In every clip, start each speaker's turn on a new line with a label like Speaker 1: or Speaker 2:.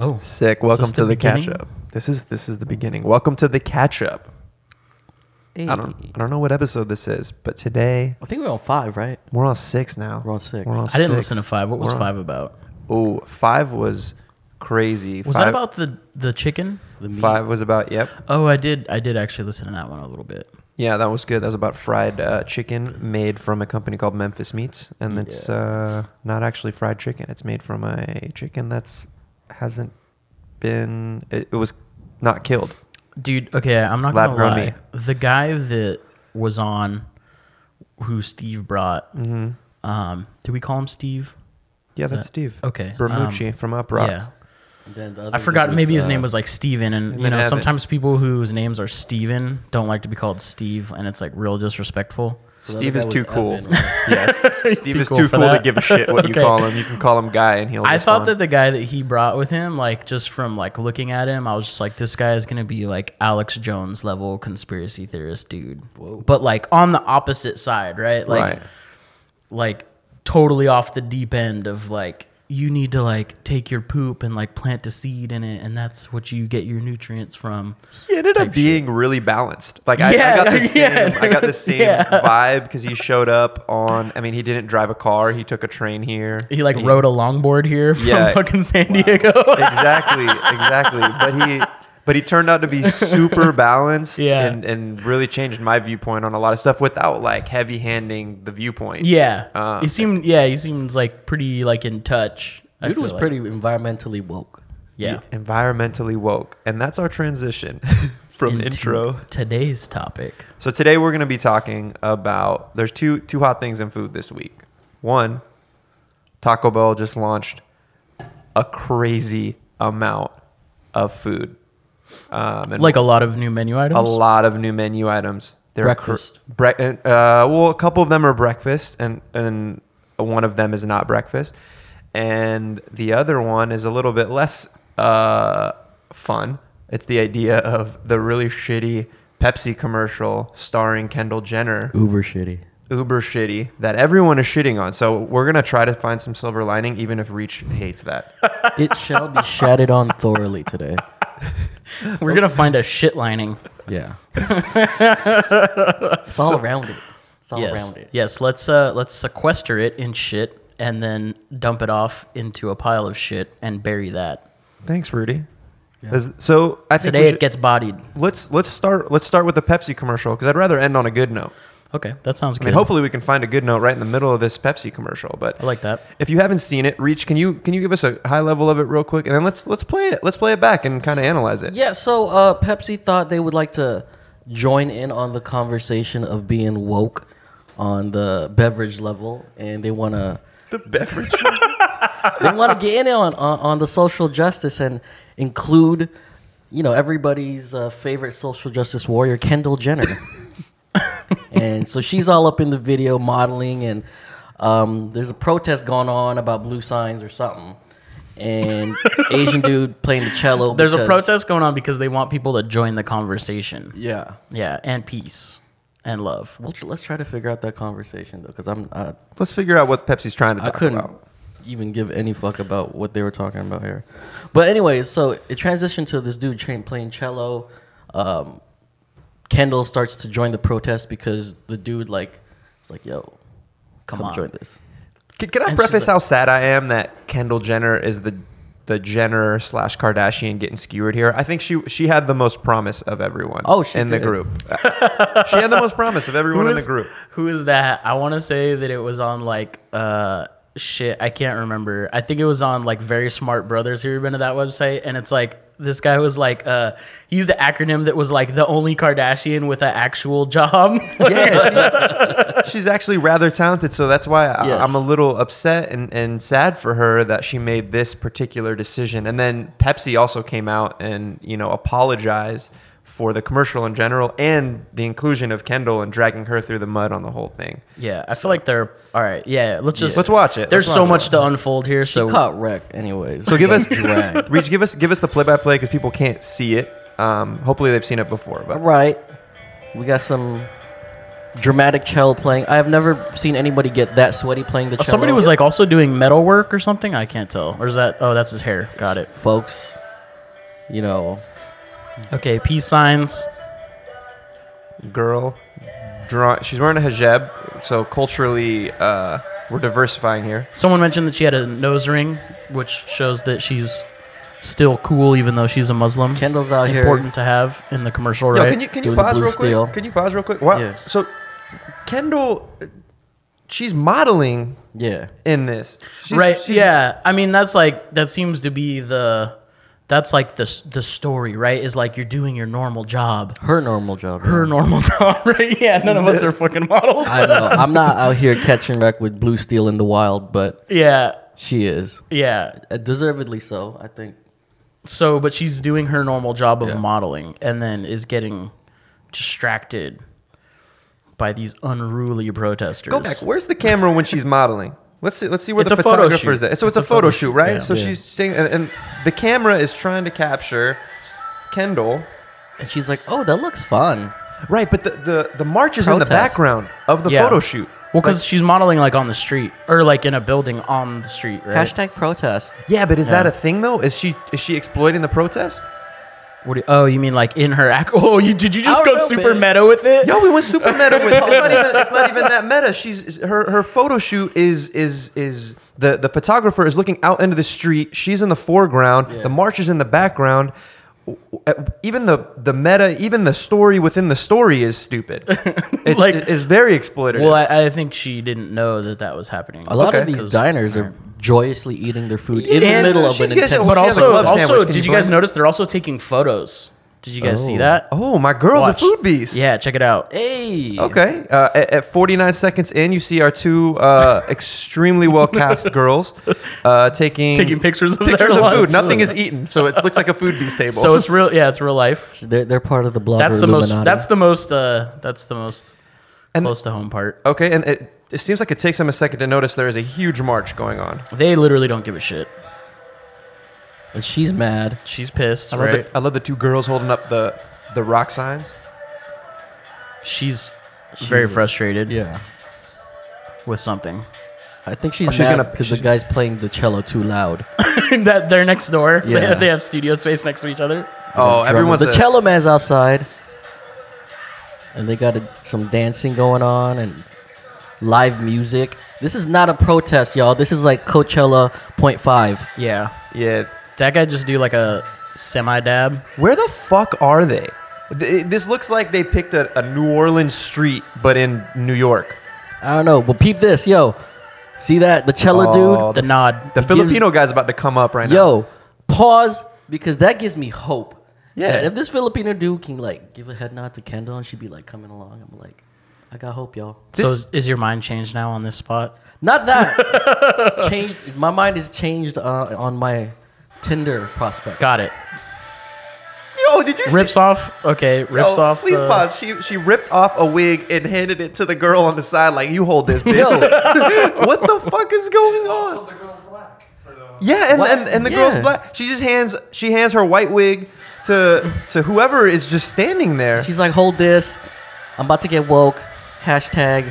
Speaker 1: Oh,
Speaker 2: Sick.
Speaker 1: is
Speaker 2: Welcome
Speaker 1: this
Speaker 2: to the, catch
Speaker 1: beginning?
Speaker 2: up. This is this is the beginning. Welcome to the catch up. I don't I don't know what episode this is, but today
Speaker 1: I think we're on five, right?
Speaker 2: we're on six now.
Speaker 1: We're on six.
Speaker 2: We're on
Speaker 3: I didn't
Speaker 2: six.
Speaker 3: listen to five. What was
Speaker 2: We're on-
Speaker 3: five about?
Speaker 2: Oh, five was crazy.
Speaker 3: Was
Speaker 2: five,
Speaker 3: that about the the chicken? The meat?
Speaker 2: five was about yep.
Speaker 3: Oh, I did. I did actually listen to that one a little bit.
Speaker 2: Yeah, that was good. That was about fried uh, chicken made from a company called Memphis Meats, and it's
Speaker 3: Yeah.
Speaker 2: uh, not actually fried chicken. It's made from a chicken that's hasn't been. It, it was not killed.
Speaker 3: Dude, okay, I'm not
Speaker 2: Lab
Speaker 3: gonna
Speaker 2: grown
Speaker 3: lie.
Speaker 2: meat.
Speaker 3: The guy that was on, who Steve brought,
Speaker 2: Mm-hmm.
Speaker 3: um, did we call him Steve?
Speaker 2: Yeah,
Speaker 3: Is
Speaker 2: that's
Speaker 3: that-
Speaker 2: Steve.
Speaker 3: okay,
Speaker 2: Bermucci
Speaker 3: um,
Speaker 2: from Up Rocks.
Speaker 3: yeah.
Speaker 1: Then the other
Speaker 3: I forgot.
Speaker 1: dude
Speaker 3: Maybe his
Speaker 1: uh,
Speaker 3: name was like Steven, and,
Speaker 2: and
Speaker 3: you
Speaker 2: then
Speaker 3: know,
Speaker 2: Evan.
Speaker 3: sometimes people whose names are Steven don't like to be called Steve, and it's like real disrespectful.
Speaker 1: so the
Speaker 2: Steve
Speaker 1: other
Speaker 2: is
Speaker 1: guy
Speaker 2: too
Speaker 1: was
Speaker 2: cool.
Speaker 1: Evan, right?
Speaker 2: Yes, Steve
Speaker 3: too
Speaker 2: is
Speaker 3: cool
Speaker 2: too
Speaker 3: for
Speaker 2: cool to
Speaker 3: that.
Speaker 2: give a shit what you
Speaker 3: Okay.
Speaker 2: call him. You can call him Guy, and he'll.
Speaker 3: I
Speaker 2: just
Speaker 3: thought
Speaker 2: fine.
Speaker 3: that the guy that he brought with him, like just from like looking at him, I was just like, this guy is gonna be like Alex Jones level conspiracy theorist dude, but like on the opposite side, right? Like,
Speaker 2: right.
Speaker 3: like totally off the deep end of like you need to like take your poop and like plant a seed in it, and that's what you get your nutrients from.
Speaker 2: He ended up being really balanced. Like I, I
Speaker 3: Yeah,
Speaker 2: got the same,
Speaker 3: yeah.
Speaker 2: I got the same
Speaker 3: Yeah.
Speaker 2: vibe because he showed up on. I mean, he didn't drive a car. He took a train here.
Speaker 3: He like rode a longboard here from
Speaker 2: Yeah.
Speaker 3: fucking San Diego.
Speaker 2: exactly, exactly. But he, but he turned out to be super balanced
Speaker 3: Yeah.
Speaker 2: and and really changed my viewpoint on a lot of stuff without like heavy handing the viewpoint.
Speaker 3: yeah,
Speaker 2: Uh,
Speaker 3: he seemed yeah he seems like pretty like in touch. I
Speaker 1: Dude
Speaker 3: feel
Speaker 1: was
Speaker 3: like.
Speaker 1: pretty environmentally woke.
Speaker 3: yeah.
Speaker 2: environmentally woke, and that's our transition from
Speaker 3: into
Speaker 2: intro.
Speaker 3: today's topic.
Speaker 2: So today we're going to be talking about there's two two hot things in food this week. One, Taco Bell just launched a crazy amount of food, um, and
Speaker 3: Like a lot of new menu items.
Speaker 2: a lot of new menu items. They're cr-
Speaker 1: Breakfast.
Speaker 2: bre- uh, well, a couple of them are breakfast, and and one of them is not breakfast, and the other one is a little bit less uh, fun. It's the idea of the really shitty Pepsi commercial starring Kendall Jenner
Speaker 1: Uber shitty.
Speaker 2: uber shitty that everyone is shitting on. So we're gonna try to find some silver lining, even if Reach hates that.
Speaker 1: It shall be shattered on thoroughly today.
Speaker 3: We're gonna find a shit lining.
Speaker 1: Yeah. it's all around it. It's all
Speaker 3: Yes.
Speaker 1: around it.
Speaker 3: Yes. Let's uh let's sequester it in shit and then dump it off into a pile of shit and bury that.
Speaker 2: Thanks, Rudy. Is- So I think
Speaker 3: Today
Speaker 2: we
Speaker 3: it
Speaker 2: should-
Speaker 3: gets bodied.
Speaker 2: let's let's start let's start with the Pepsi commercial because I'd rather end on a good note.
Speaker 3: Okay, that sounds
Speaker 2: I
Speaker 3: good.
Speaker 2: mean, hopefully we can find a good note right in the middle of this Pepsi commercial. But
Speaker 3: I like that.
Speaker 2: if you haven't seen it, Reach, can you can you give us a high level of it real quick, and then let's let's play it let's play it back and kind of analyze it.
Speaker 1: Yeah, so uh, Pepsi thought they would like to join in on the conversation of being woke on the beverage level, and they want to
Speaker 2: The beverage.
Speaker 1: they want to get in on, on on the social justice and include, you know, everybody's uh, favorite social justice warrior, Kendall Jenner. and so she's all up in the video modeling, and um, there's a protest going on about blue signs or something. And Asian dude playing the cello.
Speaker 3: There's a
Speaker 1: because-
Speaker 3: protest going on because they want people to join the conversation.
Speaker 1: Yeah.
Speaker 3: Yeah, and peace and love.
Speaker 1: We'll tr- let's try to figure out that conversation though, because I'm I,
Speaker 2: let's figure out what Pepsi's trying to
Speaker 1: I
Speaker 2: talk
Speaker 1: couldn't
Speaker 2: about.
Speaker 1: even give any fuck about what they were talking about here. But anyway, so it transitioned to this dude tra- playing cello. Um, Kendall starts to join the protest because the dude like was like, "Yo, come,
Speaker 3: Come on.
Speaker 1: join this."
Speaker 2: Can, can I
Speaker 3: she's
Speaker 2: preface
Speaker 3: like-
Speaker 2: how sad I am that Kendall Jenner is the the Jenner slash Kardashian getting skewered here? I think she she had the most promise of everyone.
Speaker 1: Oh, she
Speaker 2: in the
Speaker 1: did.
Speaker 2: group. she had the most promise of everyone in the
Speaker 3: is-
Speaker 2: group.
Speaker 3: Who is that? I want to say that it was on like uh shit. I can't remember. I think it was on like Very Smart Brothers. Have you been to that website? And it's like this guy was like uh he used an acronym that was like the only Kardashian with an actual job.
Speaker 2: Yeah, she- she's actually rather talented, so that's why I,
Speaker 1: Yes.
Speaker 2: I'm a little upset and, and sad for her that she made this particular decision. And then Pepsi also came out and you know apologized for the commercial in general and the inclusion of Kendall and dragging her through the mud on the whole thing.
Speaker 3: yeah, I feel like they're all right. Yeah, let's just
Speaker 2: Let's watch it.
Speaker 3: There's
Speaker 2: Let's
Speaker 3: so
Speaker 2: watch
Speaker 3: much
Speaker 2: it.
Speaker 3: to unfold here. So
Speaker 1: Caught wreck, anyways.
Speaker 2: So give us
Speaker 1: drag.
Speaker 2: Reach. Give us give us the play by play because people can't see it. Um, hopefully they've seen it before.
Speaker 1: All
Speaker 2: But
Speaker 1: right, we got some dramatic cello playing. I have never seen anybody get that sweaty playing the cello.
Speaker 3: uh, Somebody was like also doing metal work or something. I can't tell. Or is that? Oh, that's his hair. Got it.
Speaker 1: folks, you know,
Speaker 3: Okay, peace signs.
Speaker 2: girl. Draw, she's wearing a hijab, so culturally uh, we're diversifying here.
Speaker 3: Someone mentioned that she had a nose ring, which shows that she's still cool even though she's a Muslim.
Speaker 1: Kendall's out here.
Speaker 3: Important to have in the commercial,
Speaker 2: Yo,
Speaker 3: right?
Speaker 2: can you can you
Speaker 1: Doing the
Speaker 2: pause
Speaker 1: blue
Speaker 2: real
Speaker 1: steel.
Speaker 2: quick? Can you pause real quick? Wow.
Speaker 1: Yeah.
Speaker 2: So Kendall, uh, she's modeling
Speaker 1: yeah.
Speaker 2: in this, She's-
Speaker 3: right?
Speaker 2: she's-
Speaker 3: yeah. I mean, that's like that seems to be the that's like the s- the story, right? Is like you're doing your normal job.
Speaker 1: Her normal job.
Speaker 3: Her normal job, right? Yeah, none of us are fucking models.
Speaker 1: I don't know. I'm not out here catching wreck with blue steel in the wild, but
Speaker 3: yeah,
Speaker 1: she is.
Speaker 3: yeah.
Speaker 1: Uh, Deservedly so, I think.
Speaker 3: So, but she's doing her normal job of
Speaker 2: Yeah.
Speaker 3: modeling, and then is getting distracted by these unruly protesters.
Speaker 2: Go back. Where's the camera when she's modeling? Let's see. Let's see where
Speaker 3: It's
Speaker 2: the
Speaker 3: a photo
Speaker 2: photographer is
Speaker 3: shoot.
Speaker 2: at. So it's, a photo shoot, right?
Speaker 3: yeah.
Speaker 2: so
Speaker 1: Yeah.
Speaker 2: she's staying, and, and the camera is trying to capture Kendall.
Speaker 1: And she's like, oh, that looks fun.
Speaker 2: Right, but the the, the march is in the
Speaker 1: Protest.
Speaker 2: background of the
Speaker 3: Yeah.
Speaker 2: photo shoot.
Speaker 3: Well, because she's modeling like on the street or like in a building on the street, right?
Speaker 1: Hashtag protest.
Speaker 2: Yeah, but is that
Speaker 3: Yeah.
Speaker 2: a thing though? Is she is she exploiting the protest?
Speaker 3: What do you, oh, you mean like in her act? Oh, you did you just
Speaker 1: I
Speaker 3: go
Speaker 1: don't know,
Speaker 3: super
Speaker 1: man.
Speaker 3: meta with it?
Speaker 2: Yo, we went super meta with. It's not even, it's not even that meta. She's her her photo shoot is is is the the photographer is looking out into the street. She's in the foreground.
Speaker 1: Yeah.
Speaker 2: The march is in the background. W- w- e, Even the the meta, even the story within the story is stupid. It's,
Speaker 3: Like-
Speaker 2: it's very exploitative.
Speaker 3: Well, I, I think she didn't know that that was happening.
Speaker 1: A lot of
Speaker 2: Okay.
Speaker 1: these
Speaker 3: 'Cause-
Speaker 1: diners are joyously eating their food in the
Speaker 2: And
Speaker 1: middle of
Speaker 2: she's
Speaker 1: an
Speaker 2: getting-
Speaker 1: intense.
Speaker 2: well,
Speaker 3: But
Speaker 2: She has a
Speaker 3: also,
Speaker 2: club
Speaker 3: also,
Speaker 2: sandwich. Can
Speaker 3: did
Speaker 2: you
Speaker 3: you guys
Speaker 2: blame-
Speaker 3: notice they're also taking photos? Did you guys see
Speaker 1: Oh.
Speaker 3: that?
Speaker 2: oh, my girl's
Speaker 3: Watch.
Speaker 2: a food beast.
Speaker 3: Yeah, check it out.
Speaker 1: hey.
Speaker 2: Okay. Uh, at, at 49 seconds in, you see our two uh, extremely well cast girls uh, taking
Speaker 3: Taking pictures of their
Speaker 2: pictures of
Speaker 3: lunch.
Speaker 2: food. Nothing is eaten, so it looks like a food beast table.
Speaker 3: So it's real. Yeah, it's real life.
Speaker 1: They're, they're part of the blogger
Speaker 3: That's the most.
Speaker 1: Illuminati.
Speaker 3: That's the most. Uh, that's the most
Speaker 2: And-
Speaker 3: close to home part.
Speaker 2: okay, and it, it seems like it takes them a second to notice there is a huge march going on.
Speaker 3: They literally don't give a shit.
Speaker 1: and she's mad.
Speaker 3: She's pissed,
Speaker 2: I love,
Speaker 3: right?
Speaker 2: the, I love the two girls holding up the the rock signs.
Speaker 3: She's very
Speaker 1: Jesus.
Speaker 3: frustrated
Speaker 1: Yeah.
Speaker 3: with something.
Speaker 1: I think she's
Speaker 2: Oh, she's
Speaker 1: mad
Speaker 2: gonna-
Speaker 1: because the guy's playing the cello too loud.
Speaker 3: that they're next door. They-
Speaker 1: Yeah.
Speaker 3: They, have studio space next to each other.
Speaker 2: Oh, everyone's
Speaker 1: the
Speaker 2: a,
Speaker 1: cello man's outside, and they got a, some dancing going on and live music. This is not a protest, y'all. This is like Coachella point five.
Speaker 3: Yeah.
Speaker 2: yeah.
Speaker 3: That guy just do like a semi dab.
Speaker 2: Where the fuck are they? Th- This looks like they picked a, a New Orleans street, but in New York.
Speaker 1: I don't know, but peep this, yo. See that the cello
Speaker 2: Oh,
Speaker 3: The nod.
Speaker 2: The
Speaker 1: It gives-
Speaker 2: Filipino guy's about to come up right
Speaker 1: dude?
Speaker 2: now.
Speaker 1: Yo, pause because that gives me hope.
Speaker 2: Yeah.
Speaker 1: That if this Filipino dude can like give a head nod to Kendall and she'd be like coming along, I'm like, I got hope, y'all.
Speaker 3: so
Speaker 2: this-
Speaker 3: is, is your mind changed now on this spot?
Speaker 1: Not that changed. My mind is changed uh, on my Tinder prospect.
Speaker 3: Got it.
Speaker 2: Yo, did you see-
Speaker 3: Rips off. Okay. Rips
Speaker 2: Yo,
Speaker 3: off.
Speaker 2: Oh, Please
Speaker 3: the-
Speaker 2: pause. She she ripped off a wig and handed it to the girl on the side, like you hold this, bitch. what the fuck is going on?
Speaker 4: the girl's black. So
Speaker 2: Yeah, and
Speaker 1: What?
Speaker 2: and, and the
Speaker 1: Yeah.
Speaker 2: girl's black. She just hands she hands her white wig to to whoever is just standing there.
Speaker 1: She's like, hold this. I'm about to get woke. Hashtag.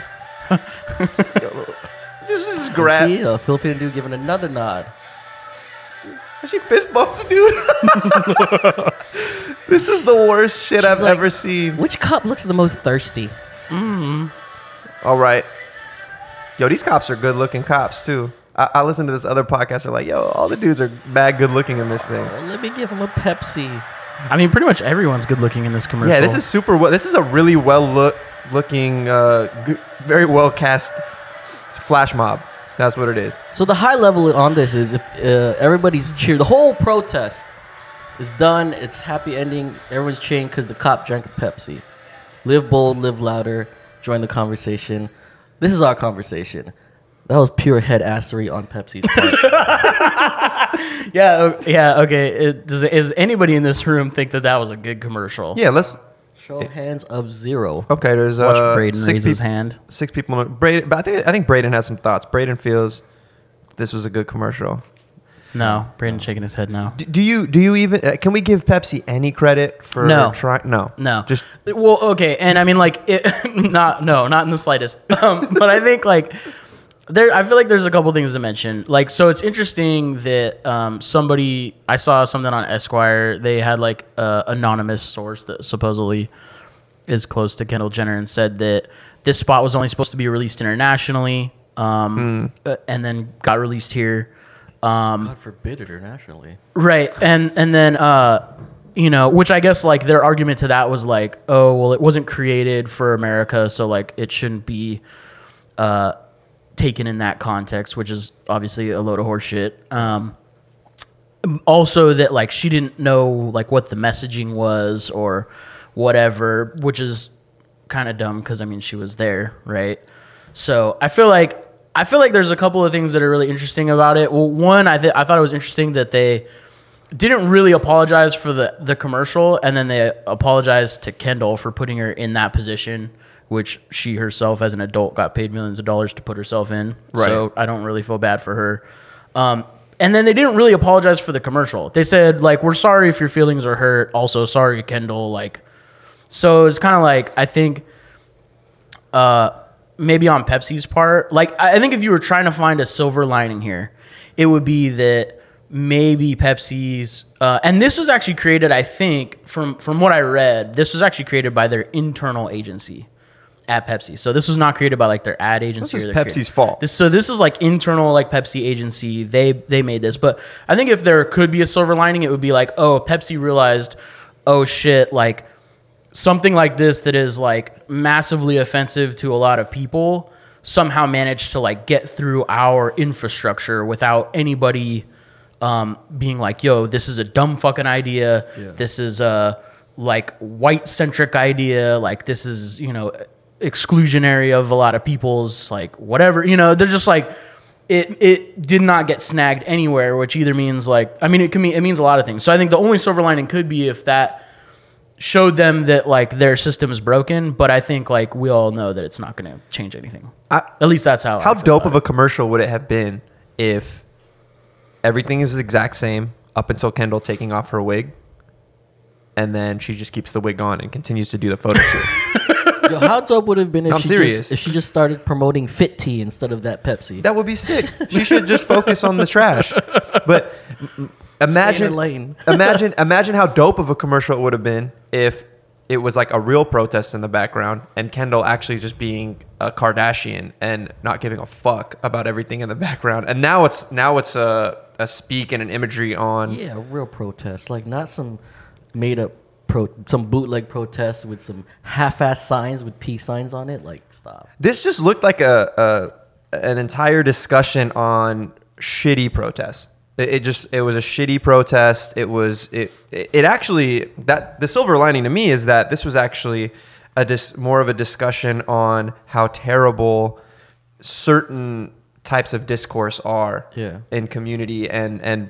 Speaker 2: This is
Speaker 1: See, uh,
Speaker 2: grab.
Speaker 1: a Filipino dude giving another nod.
Speaker 2: She fist bumped the dude. this is the worst shit I've
Speaker 1: like-
Speaker 2: ever seen.
Speaker 1: Which cop looks the most thirsty?
Speaker 2: All right. Yo, these cops are good looking cops too. I, I listen to this other podcast. They're like, yo, all the dudes are mad good looking in this thing.
Speaker 1: Well, let me give him a Pepsi.
Speaker 3: I mean, pretty much everyone's good looking in this commercial.
Speaker 2: Yeah, this is super well. This is a really well look looking, uh, g- very well cast flash mob. That's what it is.
Speaker 1: So the high level on this is if uh, everybody's cheer, the whole protest is done. It's happy ending. Everyone's cheering because the cop drank a Pepsi. Live bold, live louder. Join the conversation. This is our conversation. That was pure head assery on Pepsi's part.
Speaker 3: Yeah. o- Yeah. Okay. It, does is anybody in this room think that that was a good commercial?
Speaker 2: Yeah, let's.
Speaker 1: Show of hands of zero.
Speaker 2: Okay, there's
Speaker 3: Watch
Speaker 2: uh,
Speaker 3: Braden
Speaker 2: six
Speaker 3: raise his
Speaker 2: peop-
Speaker 3: hand.
Speaker 2: Six people. in- Braden, but I think I think Braden has some thoughts. Braden feels this was a good commercial.
Speaker 3: No, Brandon shaking his head no.
Speaker 2: D- Do you do you even uh, can we give Pepsi any credit for
Speaker 3: No.
Speaker 2: trying? No,
Speaker 3: No.
Speaker 2: Just
Speaker 3: well, okay, and I mean like it, not no, not in the slightest. Um, but I think like there, I feel like there's a couple things to mention. Like, so it's interesting that um, somebody I saw something on Esquire. They had like a anonymous source that supposedly is close to Kendall Jenner and said that this spot was only supposed to be released internationally, um, uh, and then got released here. Um,
Speaker 1: God forbid internationally.
Speaker 3: Right. And and then uh you know, which I guess like their argument to that was like, oh, well it wasn't created for America, so like it shouldn't be uh taken in that context, which is obviously a load of horseshit. Um also that like she didn't know like what the messaging was or whatever, which is kind of dumb because I mean she was there, right? So I feel like I feel like there's a couple of things that are really interesting about it. Well, one I th- I thought it was interesting that they didn't really apologize for the the commercial, and then they apologized to Kendall for putting her in that position. Which she herself, as an adult, got paid millions of dollars to put herself in.
Speaker 2: Right.
Speaker 3: So I don't really feel bad for her. Um, and then they didn't really apologize for the commercial. They said like, "We're sorry if your feelings are hurt. Also, sorry, Kendall. Like, so it's kind of like I think, uh, maybe on Pepsi's part, like I I think if you were trying to find a silver lining here, it would be that maybe Pepsi's, uh, and this was actually created, I think, from from what I read, this was actually created by their internal agency at Pepsi. So this was not created by like their ad agency.
Speaker 2: is
Speaker 3: or their crea-
Speaker 2: Pepsi's fault.
Speaker 3: This, so this is like internal like Pepsi agency. They they made this, but I think if there could be a silver lining, it would be like, oh, Pepsi realized, oh shit, like something like this that is like massively offensive to a lot of people somehow managed to like get through our infrastructure without anybody um, being like, yo, this is a dumb fucking idea. This is a like white centric idea. Like this is, you know, exclusionary of a lot of people's like whatever, you know, they're just like, it, it did not get snagged anywhere, which either means like, I mean, it can mean, it means a lot of things. So I think the only silver lining could be if that showed them that like their system is broken, but I think like we all know that it's not going to change anything.
Speaker 2: I,
Speaker 3: At least that's how. I
Speaker 2: how
Speaker 3: feel
Speaker 2: dope
Speaker 3: about
Speaker 2: of a commercial would it have been if everything is the exact same up until Kendall taking off her wig, and then she just keeps the wig on and continues to do the photo shoot.
Speaker 1: Yo, how dope would it have been if,
Speaker 2: I'm
Speaker 1: she
Speaker 2: serious.
Speaker 1: Just, if she just started promoting Fit Tea instead of that Pepsi?
Speaker 2: That would be sick. She should just focus on the trash. But m- imagine,
Speaker 1: lane.
Speaker 2: imagine, imagine how dope of a commercial it would have been if it was like a real protest in the background and Kendall actually just being a Kardashian and not giving a fuck about everything in the background. And now it's now it's a, a speak and an imagery on.
Speaker 1: yeah, a real protest, like not some made up pro, some bootleg protest with some half-ass signs with peace signs on it. Like, stop.
Speaker 2: This just looked like a, a an entire discussion on shitty protests. It, it just it was a shitty protest. It was it it actually that the silver lining to me is that this was actually a dis, more of a discussion on how terrible certain types of discourse are
Speaker 1: Yeah.
Speaker 2: in community and and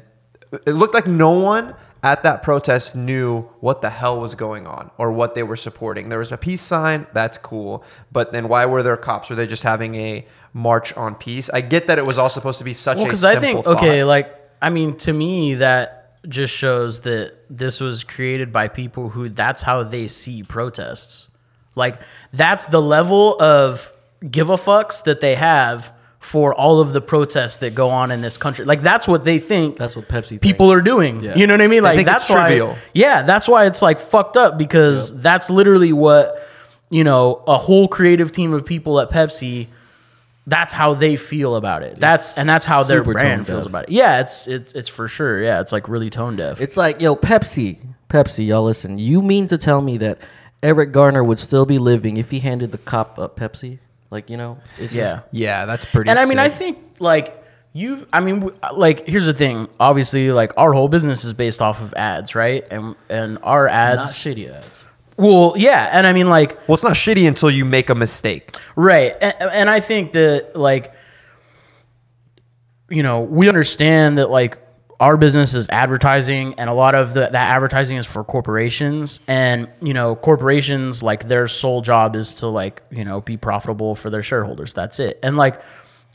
Speaker 2: it looked like no one at that protest knew what the hell was going on or what they were supporting. There was a peace sign, that's cool, but then why were there cops? Were they just having a march on peace? I get that it was all supposed to be such
Speaker 3: well
Speaker 2: a
Speaker 3: because
Speaker 2: simple
Speaker 3: i think okay
Speaker 2: thought.
Speaker 3: like i mean to me that just shows that this was created by people who that's how they see protests like that's the level of give a fucks that they have for all of the protests that go on in this country like that's what they think
Speaker 1: That's what Pepsi.
Speaker 3: people are doing.
Speaker 1: Yeah.
Speaker 3: You know what I mean? Like
Speaker 2: think
Speaker 3: that's
Speaker 2: it's
Speaker 3: why.
Speaker 2: trivial.
Speaker 3: Yeah, that's why it's like fucked up because that's literally what you know a whole creative team of people at Pepsi. That's how they feel about it. That's and that's how their
Speaker 1: super
Speaker 3: brand
Speaker 1: tone
Speaker 3: feels
Speaker 1: deaf.
Speaker 3: about it. Yeah, it's it's it's for sure. Yeah, it's like really tone deaf.
Speaker 1: It's like, yo, Pepsi, Pepsi, y'all listen. You mean to tell me that Eric Garner would still be living if he handed the cop a Pepsi? Like, you know, it's
Speaker 3: yeah.
Speaker 1: just,
Speaker 2: yeah, that's pretty
Speaker 3: and I mean, I
Speaker 2: sick.
Speaker 3: think like you. I mean, w- like here's the thing. Obviously, like our whole business is based off of ads, right? And and our
Speaker 1: not
Speaker 3: ads.
Speaker 1: shitty ads.
Speaker 3: well, yeah. And I mean, like
Speaker 2: Well, it's not shitty until you make a mistake.
Speaker 3: Right. And, and I think that, like, you know, we understand that, like, our business is advertising, and a lot of the, that advertising is for corporations. And, you know, corporations, like, their sole job is to, like, you know, be profitable for their shareholders. That's it. And, like,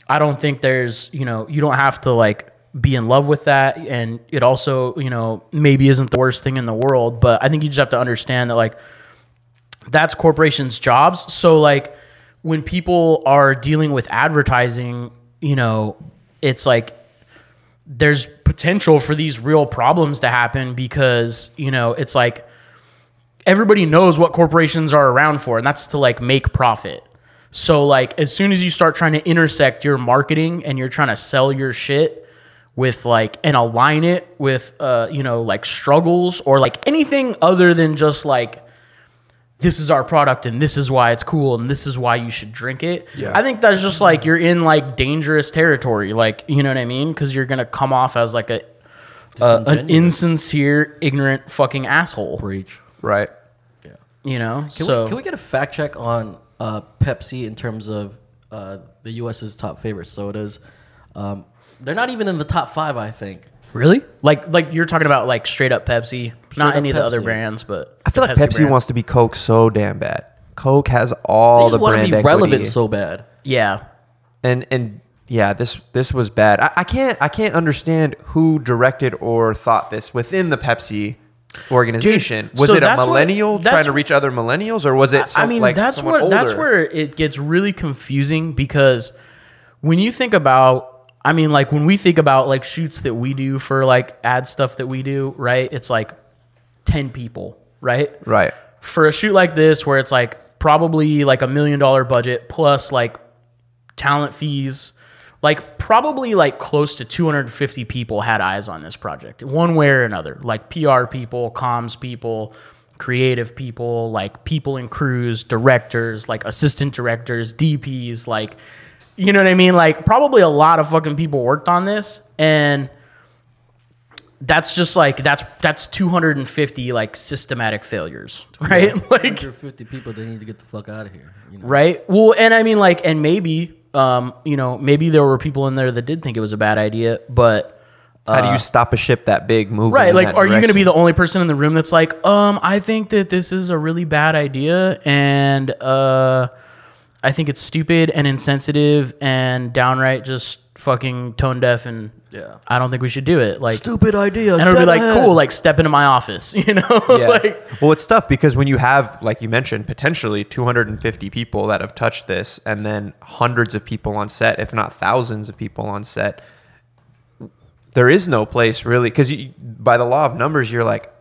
Speaker 3: I don't think there's, you know, you don't have to, like, be in love with that and it also you know maybe isn't the worst thing in the world but i think you just have to understand that like that's corporations jobs so like when people are dealing with advertising you know it's like there's potential for these real problems to happen because you know it's like everybody knows what corporations are around for and that's to like make profit so like as soon as you start trying to intersect your marketing and you're trying to sell your shit with like and align it with uh you know like struggles or like anything other than just like this is our product and this is why it's cool and this is why you should drink it.
Speaker 2: Yeah.
Speaker 3: I think that's just like you're in like dangerous territory. Like, you know what I mean? Cuz you're going to come off as like a uh, an insincere, ignorant fucking asshole,
Speaker 1: Breach.
Speaker 2: Right.
Speaker 3: you know?
Speaker 1: Can,
Speaker 3: so
Speaker 1: we, can we get a fact check on uh, Pepsi in terms of uh, the U.S.'s top favorite sodas? Um, they're not even in the top five, I think.
Speaker 3: Really? Like like you're talking about like straight up Pepsi, not
Speaker 1: up
Speaker 3: any of the other
Speaker 1: Pepsi.
Speaker 3: brands, but
Speaker 2: I feel
Speaker 3: the
Speaker 2: like Pepsi,
Speaker 3: brand.
Speaker 2: wants to be Coke so damn bad. Coke has
Speaker 1: They
Speaker 2: all
Speaker 1: just
Speaker 2: the
Speaker 1: want to
Speaker 2: brand
Speaker 1: be
Speaker 2: equity.
Speaker 1: relevant so bad.
Speaker 3: Yeah.
Speaker 2: and and yeah, this this was bad. I, I can't I can't understand who directed or thought this within the Pepsi organization. was
Speaker 3: so
Speaker 2: it a
Speaker 3: that's what-
Speaker 2: millennial
Speaker 3: that's-
Speaker 2: trying to reach other millennials, or was it? Some,
Speaker 3: I mean,
Speaker 2: like,
Speaker 3: that's
Speaker 2: someone
Speaker 3: where that's
Speaker 2: older?
Speaker 3: where it gets really confusing because when you think about, I mean, like when we think about like shoots that we do for like ad stuff that we do, right? It's like ten people, right?
Speaker 2: right.
Speaker 3: For a shoot like this, where it's like probably like a million dollar budget plus like talent fees, like probably like close to 250 people had eyes on this project, one way or another. Like PR people, comms people, creative people, like people in crews, directors, like assistant directors, DPs, like you know what I mean? Like probably a lot of fucking people worked on this and that's just like that's that's 250 like systematic failures, right? Like
Speaker 1: 150 people, they need to get the fuck out of here. You know?
Speaker 3: Right. Well, and I mean, like, and maybe, um, you know, maybe there were people in there that did think it was a bad idea, but
Speaker 2: How do you stop a ship that big moving?
Speaker 3: Uh, right,
Speaker 2: in
Speaker 3: like,
Speaker 2: that
Speaker 3: are you going to be
Speaker 2: direction?
Speaker 3: the only person in the room that's like, um, I think that this is a really bad idea, and uh, I think it's stupid and insensitive and downright just fucking tone deaf, and
Speaker 1: Yeah.
Speaker 3: I don't think we should do it. Like,
Speaker 1: Stupid idea.
Speaker 3: and it'll be like, cool, like, step into my office, you know,
Speaker 2: Yeah.
Speaker 3: like.
Speaker 2: well, it's tough because when you have, like you mentioned, potentially 250 people that have touched this, and then hundreds of people on set, if not thousands of people on set, there is no place really because by the law of numbers, you're like,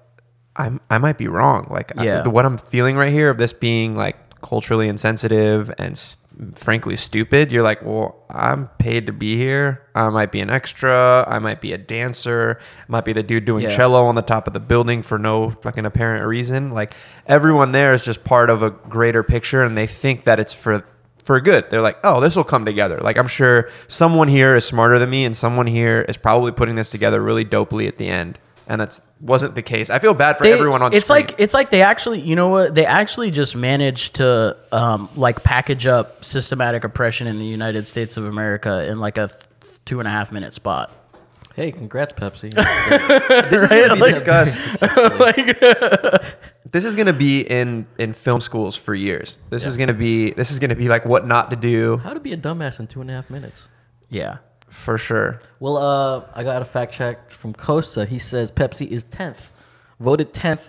Speaker 2: I'm, I might be wrong. Like, I-
Speaker 3: Yeah.
Speaker 2: what I'm feeling right here of this being like culturally insensitive and s- frankly stupid, you're like, well, I'm paid to be here. I might be an extra. I might be a dancer. might be the dude doing
Speaker 3: Yeah.
Speaker 2: cello on the top of the building for no fucking apparent reason. Like, everyone there is just part of a greater picture and they think that it's for. For good, they're like, oh, this will come together. Like I'm sure someone here is smarter than me, and someone here is probably putting this together really dopely at the end, and that's wasn't the case. I feel bad for
Speaker 3: They-
Speaker 2: everyone on.
Speaker 3: it's
Speaker 2: screen.
Speaker 3: like it's like they actually you know what they actually just managed to um, like package up systematic oppression in the united states of america in like a th- two and a half minute spot
Speaker 1: Hey, congrats, Pepsi.
Speaker 2: This is going to be
Speaker 3: Like-
Speaker 2: discussed.
Speaker 3: like
Speaker 2: this is going to be in in film schools for years. This is going to be this is going to be like what not to do
Speaker 1: How to be a dumbass in two and a half minutes.
Speaker 3: yeah
Speaker 2: for sure.
Speaker 1: Well, uh, I got a fact check from Costa. He says Pepsi is 10th, voted 10th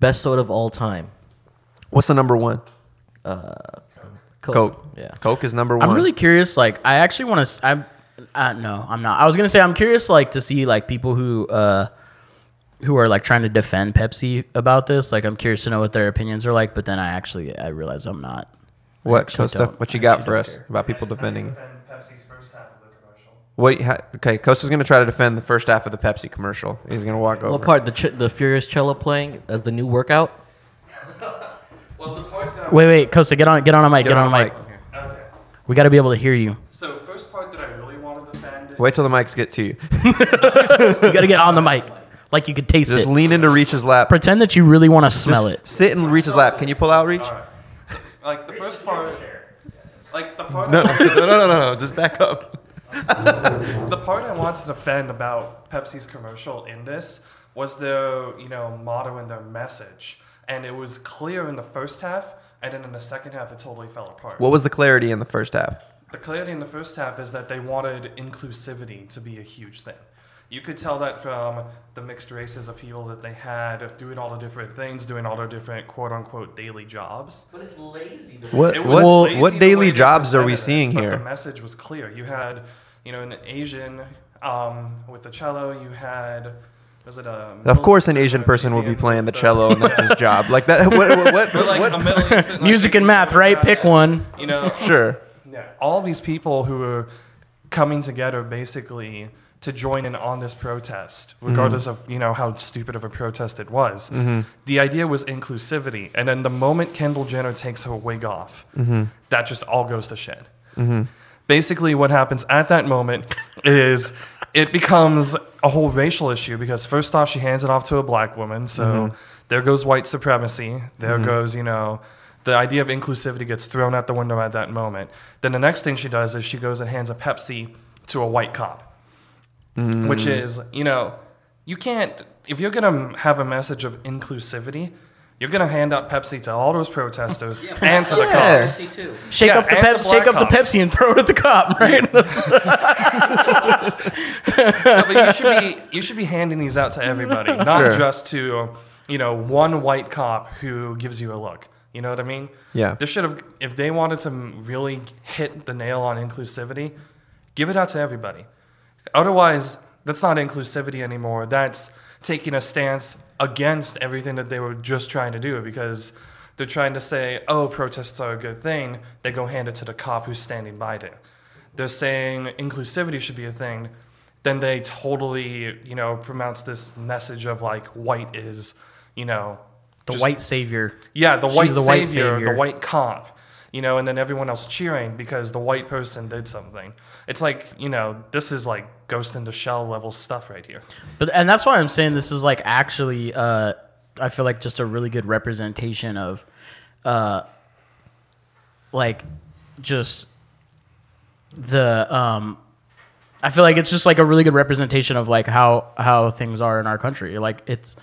Speaker 1: best soda of all time.
Speaker 2: What's the number one?
Speaker 1: Coke.
Speaker 2: Coke.
Speaker 1: Yeah.
Speaker 2: Coke is number one.
Speaker 3: i'm really curious like i actually want to i'm uh, no i'm not i was gonna say i'm curious like to see like people who uh who are like trying to defend pepsi about this like i'm curious to know what their opinions are like but then i actually i realize i'm not
Speaker 2: what
Speaker 3: actually
Speaker 2: Costa?
Speaker 3: don't-
Speaker 2: What you
Speaker 3: I
Speaker 2: got
Speaker 3: actually
Speaker 2: for
Speaker 3: don't
Speaker 2: us
Speaker 3: care.
Speaker 2: about people defending?
Speaker 4: defend Pepsi's first half of the commercial.
Speaker 2: What? ha- Okay, Costa's going to try to defend the first half of the Pepsi commercial. He's going to walk
Speaker 1: What
Speaker 2: over.
Speaker 1: part? The ch- the furious cello playing as the new workout.
Speaker 4: Well, the part that I
Speaker 3: wait wait costa get on get on a mic get, on, a mic
Speaker 4: okay.
Speaker 3: we gotta be able to hear you
Speaker 4: So first part that I really want to defend.
Speaker 2: Wait till the mics get to you.
Speaker 3: You gotta get on the mic, like you could taste
Speaker 2: Just
Speaker 3: it.
Speaker 2: lean into Reach's lap.
Speaker 3: Pretend that you really want to
Speaker 2: Just
Speaker 3: smell it.
Speaker 2: sit in Reach's lap. Can you pull out Reach?
Speaker 4: Alright. So, like the first part. Like the part.
Speaker 2: No, no,
Speaker 4: I,
Speaker 2: no, no, no, no. Just back up.
Speaker 4: the part I want to defend about Pepsi's commercial in this was their you know motto and their message, and it was clear in the first half, and then in the second half it totally fell apart.
Speaker 2: What was the clarity in the first half?
Speaker 4: The clarity in the first half is that they wanted inclusivity to be a huge thing. You could tell that from the mixed races of people that they had of doing all the different things, doing all their different quote unquote daily jobs.
Speaker 1: But it's lazy.
Speaker 2: What
Speaker 4: It was
Speaker 2: what
Speaker 4: lazy
Speaker 2: what
Speaker 4: the way
Speaker 2: daily
Speaker 4: they
Speaker 2: jobs are we
Speaker 4: presented it,
Speaker 2: seeing
Speaker 4: but
Speaker 2: here?
Speaker 4: The message was clear. You had, you know, an Asian um, with the cello. You had, was it a?
Speaker 2: Of
Speaker 4: Middle
Speaker 2: course, an
Speaker 4: Eastern,
Speaker 2: Asian
Speaker 4: a
Speaker 2: person would be
Speaker 4: Indian,
Speaker 2: playing the
Speaker 4: uh,
Speaker 2: cello, and that's his job. Like that. What? What? what,
Speaker 4: But like
Speaker 2: what-
Speaker 4: a Middle Eastern, like,
Speaker 3: Music and
Speaker 4: Indian
Speaker 3: math, right?
Speaker 4: guy,
Speaker 3: Pick one.
Speaker 4: You know,
Speaker 2: sure.
Speaker 4: yeah, all these people who are coming together basically to join in on this protest, regardless of you know how stupid of a protest it was. The idea was inclusivity, and then the moment Kendall Jenner takes her wig off, that just all goes to shit. Basically, what happens at that moment is it becomes a whole racial issue because first off, she hands it off to a black woman, so there goes white supremacy. There goes you know the idea of inclusivity gets thrown out the window at that moment. Then the next thing she does is she goes and hands a Pepsi to a white cop, which is, you know, you can't, if you're going to have a message of inclusivity, you're going to hand out Pepsi to all those protesters and to the
Speaker 2: Yes.
Speaker 4: cops.
Speaker 3: Shake
Speaker 4: Yeah,
Speaker 3: up the
Speaker 4: and some
Speaker 3: Pepsi, shake
Speaker 4: black
Speaker 3: up the
Speaker 4: cops.
Speaker 3: Pepsi, and throw it at the cop. Right?
Speaker 4: No, but you should be you should be handing these out to everybody, not
Speaker 2: Sure.
Speaker 4: just to you know one white cop who gives you a look. You know what I mean?
Speaker 2: Yeah.
Speaker 4: This should have if they wanted to really hit the nail on inclusivity, give it out to everybody. Otherwise, that's not inclusivity anymore. That's taking a stance against everything that they were just trying to do because they're trying to say, "Oh, protests are a good thing." They go hand it to the cop who's standing by them. They're saying inclusivity should be a thing then they totally, you know, pronounce this message of like white is, you know,
Speaker 3: The
Speaker 4: just-
Speaker 3: white savior.
Speaker 4: yeah, the
Speaker 3: she's
Speaker 4: white,
Speaker 3: the
Speaker 4: the
Speaker 3: white
Speaker 4: savior,
Speaker 3: savior.
Speaker 4: the white cop, you know, and then everyone else cheering because the white person did something. It's like, you know, this is like Ghost in the Shell level stuff right here.
Speaker 3: But and that's why I'm saying this is like actually, uh, I feel like just a really good representation of, uh, like, just the um, I feel like it's just like a really good representation of like how how things are in our country. Like it's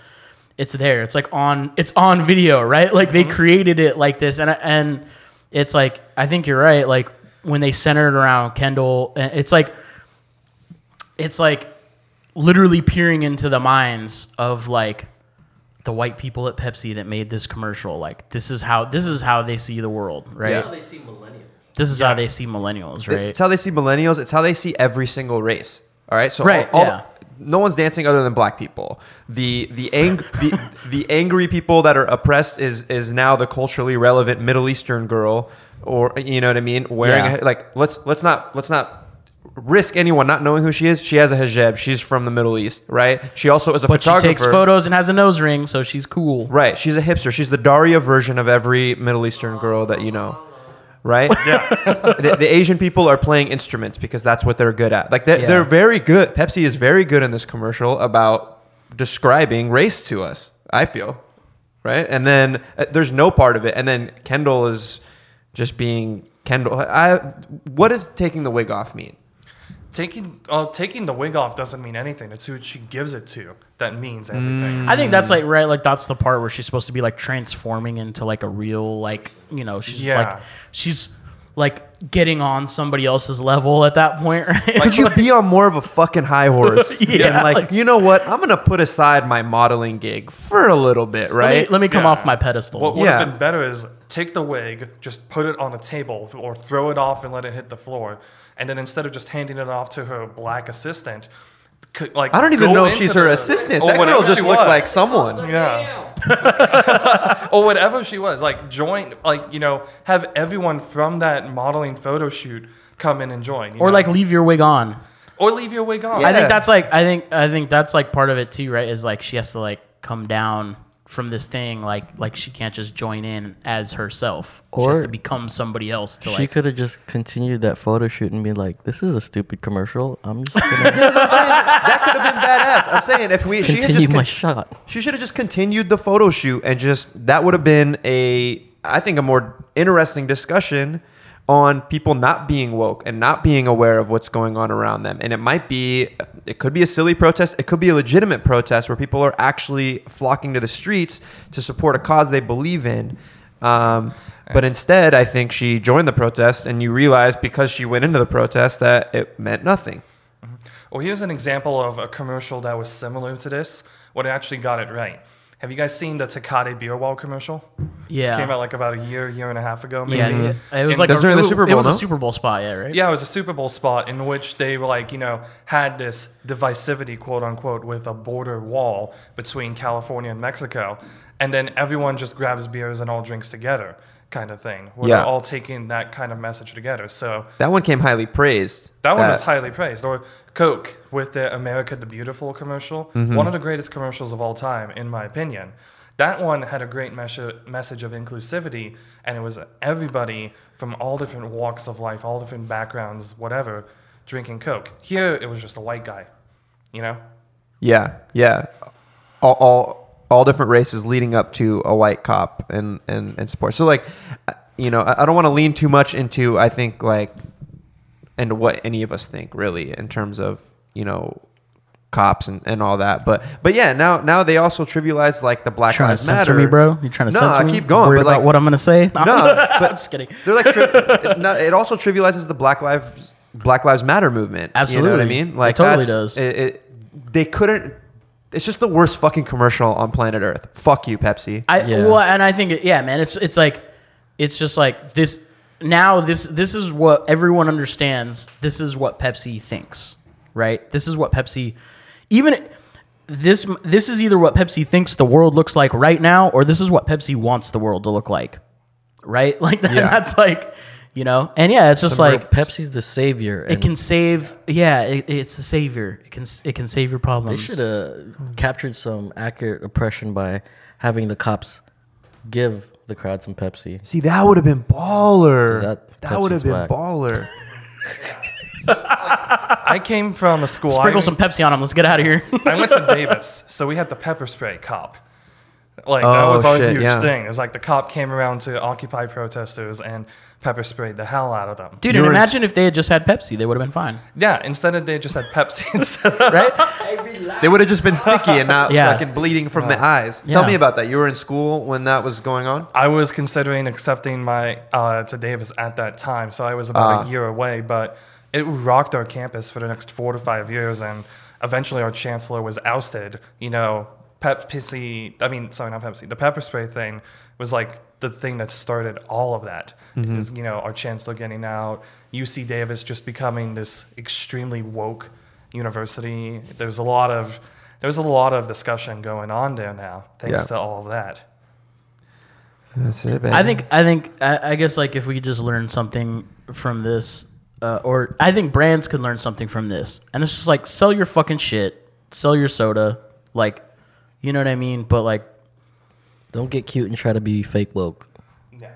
Speaker 3: it's there. It's like on it's on video, right? Like they created it like this, and and it's like I think you're right. Like when they centered around Kendall, and it's like it's like literally peering into the minds of like the white people at Pepsi that made this commercial. Like this is how this is how they see the world, right?
Speaker 2: Yeah.
Speaker 1: they see millennials.
Speaker 3: This is how they see millennials, right?
Speaker 2: It's how they see millennials. It's how they see every single race. All right. So
Speaker 3: Right,
Speaker 2: all- all-
Speaker 3: yeah.
Speaker 2: no one's dancing other than black people. The the ang- the the angry people that are oppressed is is now the culturally relevant Middle Eastern girl, or you know what I mean, wearing
Speaker 3: Yeah.
Speaker 2: a, like let's let's not let's not risk anyone not knowing who she is. She has a hijab. She's from the Middle East, right? She also is a
Speaker 3: but she
Speaker 2: photographer.
Speaker 3: takes photos and has a nose ring, so she's cool.
Speaker 2: Right. She's a hipster. She's the Daria version of every Middle Eastern girl that you know. Right? Yeah. the, the Asian people are playing instruments because that's what they're good at. Like they're,
Speaker 3: Yeah.
Speaker 2: they're very good. Pepsi is very good in this commercial about describing race to us, I feel. Right? And then uh, there's no part of it. And then Kendall is just being Kendall. I, what does taking the wig off mean?
Speaker 4: Taking uh, taking the wig off doesn't mean anything. It's who she gives it to that means everything.
Speaker 2: Mm.
Speaker 3: I think that's like right, like that's the part where she's supposed to be like transforming into like a real like you know she's
Speaker 4: Yeah.
Speaker 3: like she's like getting on somebody else's level at that point, right?
Speaker 2: Could you be on more of a fucking high horse?
Speaker 3: Yeah,
Speaker 2: And like,
Speaker 3: like-
Speaker 2: you know what? I'm gonna put aside my modeling gig for a little
Speaker 3: let
Speaker 2: bit,
Speaker 3: me,
Speaker 2: right?
Speaker 3: let me come
Speaker 4: Yeah.
Speaker 3: off my pedestal.
Speaker 4: What would
Speaker 2: Yeah.
Speaker 4: have been better is take the wig, just put it on a table th- or throw it off and let it hit the floor. And then instead of just handing it off to her black assistant, c- like
Speaker 2: I don't even
Speaker 4: go
Speaker 2: know if
Speaker 4: into
Speaker 2: she's her
Speaker 4: the-
Speaker 2: assistant.
Speaker 4: or
Speaker 2: That girl
Speaker 4: whatever
Speaker 2: just
Speaker 4: she
Speaker 2: looked
Speaker 4: was.
Speaker 2: like someone.
Speaker 4: Yeah. or whatever she was. Like join like, you know, have everyone from that modeling photo shoot come in and join. you
Speaker 3: or
Speaker 4: know?
Speaker 3: like leave your wig on.
Speaker 4: Or leave your wig on.
Speaker 2: Yeah.
Speaker 3: I think that's like I think I think that's like part of it too, right? Is like she has to like come down from this thing, like like she can't just join in as herself. she has
Speaker 1: Or-
Speaker 3: to become somebody else to
Speaker 1: She
Speaker 3: like.
Speaker 1: could have just continued that photo shoot and be like, "This is a stupid commercial. I'm just gonna
Speaker 2: That could have been badass. I'm saying if we she had
Speaker 1: continue
Speaker 2: just
Speaker 1: my
Speaker 2: con-
Speaker 1: shot."
Speaker 2: she should have just continued the photo shoot and just that would have been a I think a more interesting discussion on people not being woke and not being aware of what's going on around them. And it might be it could be a silly protest, it could be a legitimate protest where people are actually flocking to the streets to support a cause they believe in. Um, but instead, I think she joined the protest, and you realize because she went into the protest that it meant nothing.
Speaker 4: Well, here's an example of a commercial that was similar to this, where they actually got it right. Have you guys seen the Takate Beer Wall commercial? This
Speaker 3: Yeah.
Speaker 4: came out like about a year, year and a half ago, maybe.
Speaker 3: Yeah, it was
Speaker 4: And
Speaker 3: like
Speaker 2: That's
Speaker 3: a,
Speaker 2: during the
Speaker 3: it-
Speaker 2: Super
Speaker 3: It
Speaker 2: Bowl,
Speaker 3: was
Speaker 2: no?
Speaker 3: a Super Bowl spot, yeah, right?
Speaker 4: Yeah, it was a Super Bowl spot in which they were like, you know, had this divisivity, quote unquote, with a border wall between California and Mexico, and then everyone just grabs beers and all drinks together, kind of thing. Where
Speaker 2: Yeah.
Speaker 4: they're all taking that kind of message together. So
Speaker 2: That one came highly praised.
Speaker 4: that one was highly praised. Or Coke with the America the Beautiful commercial,
Speaker 2: Mm-hmm.
Speaker 4: one of the greatest commercials of all time, in my opinion. That one had a great measure, message of inclusivity, and it was everybody from all different walks of life, all different backgrounds, whatever, drinking Coke. Here, it was just a white guy, you know?
Speaker 2: Yeah, yeah. All, all all different races leading up to a white cop and and and support. So like, uh, you know, I, I don't want to lean too much into I think like, and what any of us think really in terms of you know cops and, and all that but but yeah now now they also trivialize like the black
Speaker 3: trying to
Speaker 2: lives
Speaker 3: censor
Speaker 2: matter
Speaker 3: me, bro? You trying to
Speaker 2: no,
Speaker 3: censor
Speaker 2: I
Speaker 3: me?
Speaker 2: keep going
Speaker 3: Worried
Speaker 2: but
Speaker 3: about
Speaker 2: like
Speaker 3: what I'm gonna say?
Speaker 2: no but
Speaker 3: I'm just kidding.
Speaker 2: They're like tri- it, no, it also trivializes the Black Lives Black Lives Matter movement. you know what I
Speaker 3: Absolutely.
Speaker 2: mean? Like
Speaker 3: It totally
Speaker 2: that's-
Speaker 3: does.
Speaker 2: It, it, they couldn't. It's just the worst fucking commercial on planet Earth. Fuck you, Pepsi.
Speaker 3: I
Speaker 1: Yeah.
Speaker 3: well, and I think yeah, man. It's it's like it's just like this now. This this is what everyone understands. This is what Pepsi thinks, right? This is what Pepsi, even this this is either what Pepsi thinks the world looks like right now, or this is what Pepsi wants the world to look like, right? Like that,
Speaker 2: Yeah.
Speaker 3: that's like you know, and yeah, it's just like
Speaker 1: like Pepsi's the savior. And
Speaker 3: it can save. Yeah, it, it's the savior. It can it can save your
Speaker 1: They
Speaker 3: problems.
Speaker 1: should have captured some accurate oppression by having the cops give the crowd some Pepsi.
Speaker 2: See, that would have been baller.
Speaker 1: That-
Speaker 2: That, would have
Speaker 1: Pepsi's
Speaker 2: been
Speaker 1: whack.
Speaker 2: baller.
Speaker 4: I came from a school.
Speaker 3: Sprinkle
Speaker 4: I,
Speaker 3: some Pepsi on them. Let's get out of here.
Speaker 4: I went to Davis, so we had the pepper spray cop. Like that
Speaker 2: Oh,
Speaker 4: was our
Speaker 2: shit,
Speaker 4: huge
Speaker 2: yeah.
Speaker 4: thing. It's like the cop came around to Occupy protesters and pepper sprayed the hell out of them.
Speaker 3: Dude,
Speaker 2: Yours-
Speaker 3: and imagine if they had just had Pepsi, they would have been fine,
Speaker 4: Yeah, instead of they just had Pepsi instead of
Speaker 3: right?
Speaker 2: They would have just been sticky and not
Speaker 3: Yeah.
Speaker 2: fucking bleeding from the eyes. Tell
Speaker 3: Yeah.
Speaker 2: me about that. You were in school when that was going on.
Speaker 4: I was considering accepting my uh, to Davis at that time, so I was about
Speaker 2: Ah.
Speaker 4: a year away. But it rocked our campus for the next four to five years, and eventually our chancellor was ousted. You know, Pepsi. I mean, sorry, not Pepsi. The pepper spray thing was like the thing that started all of that. Is
Speaker 2: Mm-hmm.
Speaker 4: you know our chancellor getting out, UC Davis just becoming this extremely woke university. There's a lot of there's a lot of discussion going on there now, thanks
Speaker 2: Yeah.
Speaker 4: to all of that.
Speaker 2: That's it, baby.
Speaker 3: I think I think I, I guess like if we could just learn something from this, uh, or I think brands could learn something from this, and it's just like sell your fucking shit, sell your soda, like, you know what I mean? But like,
Speaker 1: Don't get cute and try to be fake woke.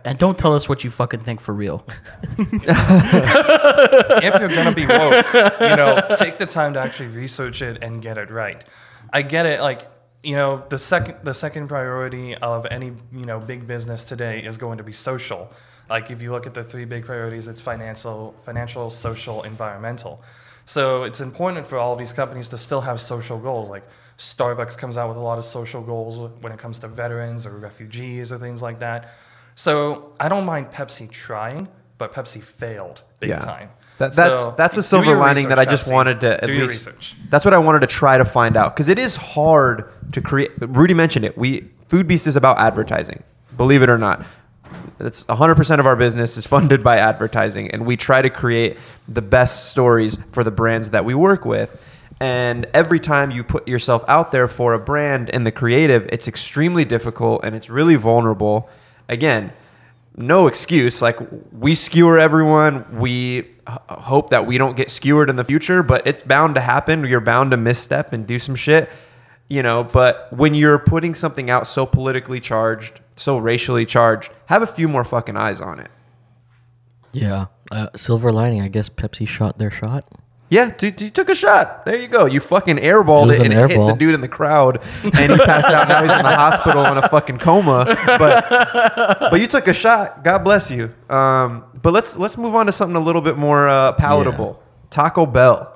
Speaker 3: and don't tell us what you fucking think for real.
Speaker 4: if you're gonna be woke, you know, take the time to actually research it and get it right. I get it, like you know, the second the second priority of any you know big business today is going to be social. Like if you look at the three big priorities, it's financial, financial, social, environmental. So it's important for all of these companies to still have social goals. Like Starbucks comes out with a lot of social goals when it comes to veterans or refugees or things like that. So I don't mind Pepsi trying, but Pepsi failed big
Speaker 2: Yeah.
Speaker 4: time.
Speaker 2: That, that's
Speaker 4: So,
Speaker 2: that's the
Speaker 4: do your
Speaker 2: silver lining that I
Speaker 4: research,
Speaker 2: just
Speaker 4: Pepsi.
Speaker 2: wanted to at
Speaker 4: do your
Speaker 2: least.
Speaker 4: research.
Speaker 2: That's what I wanted to try to find out because it is hard to create. Rudy mentioned it. We Food Beast is about advertising. Believe it or not, that's 100% of our business is funded by advertising, and we try to create the best stories for the brands that we work with. And every time you put yourself out there for a brand and the creative, it's extremely difficult and it's really vulnerable. Again, no excuse. Like we skewer everyone. We h- hope that we don't get skewered in the future, but it's bound to happen. You're bound to misstep and do some shit, you know. But when you're putting something out so politically charged, so racially charged, have a few more fucking eyes on it.
Speaker 1: Yeah. Uh, silver lining, I guess Pepsi shot their shot.
Speaker 2: Yeah, t- t- you took a shot. There you go. You fucking airballed
Speaker 1: It
Speaker 2: it,
Speaker 1: was
Speaker 2: and
Speaker 1: an
Speaker 2: it hit the
Speaker 1: airball.
Speaker 2: dude in the crowd, and he passed out. Now he's in the hospital in a fucking coma. But but you took a shot. God bless you. Um, but let's let's move on to something a little bit more uh, palatable. Taco Bell.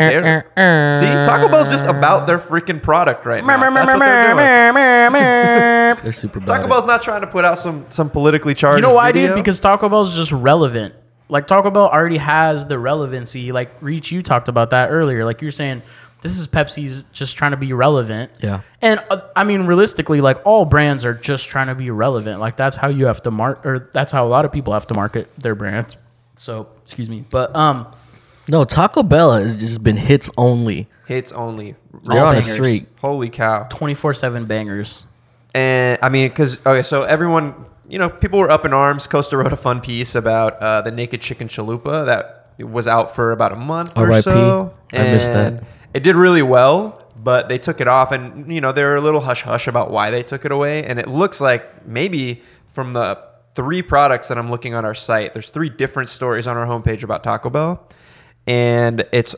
Speaker 1: Er,
Speaker 2: They're- See, Taco Bell's just about their freaking product right now. That's what they're doing.
Speaker 1: They're super bad.
Speaker 2: Taco Bell's not trying to put out some some politically charged.
Speaker 3: You know why,
Speaker 2: video.
Speaker 3: dude? Because Taco Bell's just relevant. Like Taco Bell already has the relevancy. Like Reach, you talked about that earlier. Like you're saying, this is Pepsi's just trying to be relevant.
Speaker 1: Yeah.
Speaker 3: And uh, I mean, realistically, like all brands are just trying to be relevant. Like that's how you have to mark, or that's how a lot of people have to market their brand. So excuse me, but um,
Speaker 1: No, Taco Bell has just been hits only.
Speaker 2: Hits only.
Speaker 1: They're on a
Speaker 2: Bangers.
Speaker 1: streak.
Speaker 2: Holy cow.
Speaker 3: twenty four seven bangers.
Speaker 2: And I mean, because, okay, so everyone, you know, people were up in arms. Costa wrote a fun piece about uh, the naked chicken chalupa that was out for about a month or
Speaker 1: RIP.
Speaker 2: so.
Speaker 1: I missed that.
Speaker 2: And It did really well, but they took it off. And, you know, they were a little hush hush about why they took it away. And it looks like maybe from the three products that I'm looking on our site, there's three different stories on our homepage about Taco Bell. And it's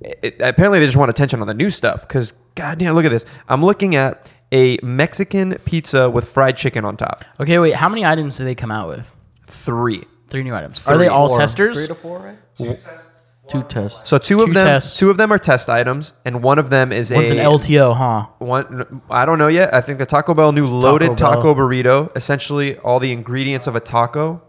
Speaker 2: it, apparently they just want attention on the new stuff because goddamn, look at this. I'm looking at a Mexican pizza with fried chicken on top.
Speaker 3: Okay, wait, how many items did they come out with?
Speaker 2: Three.
Speaker 3: Three new items. are they all
Speaker 1: Four.
Speaker 3: testers?
Speaker 1: Three to four, right?
Speaker 4: Two tests.
Speaker 1: Two
Speaker 4: one-
Speaker 1: tests.
Speaker 2: So two,
Speaker 3: Two
Speaker 2: of them,
Speaker 3: tests.
Speaker 2: two of them are test items, and one of them is
Speaker 3: One's
Speaker 2: a
Speaker 3: an LTO, huh?
Speaker 2: one. I don't know yet. I think the Taco Bell new loaded
Speaker 3: Bell.
Speaker 2: taco burrito, essentially all the ingredients of a taco.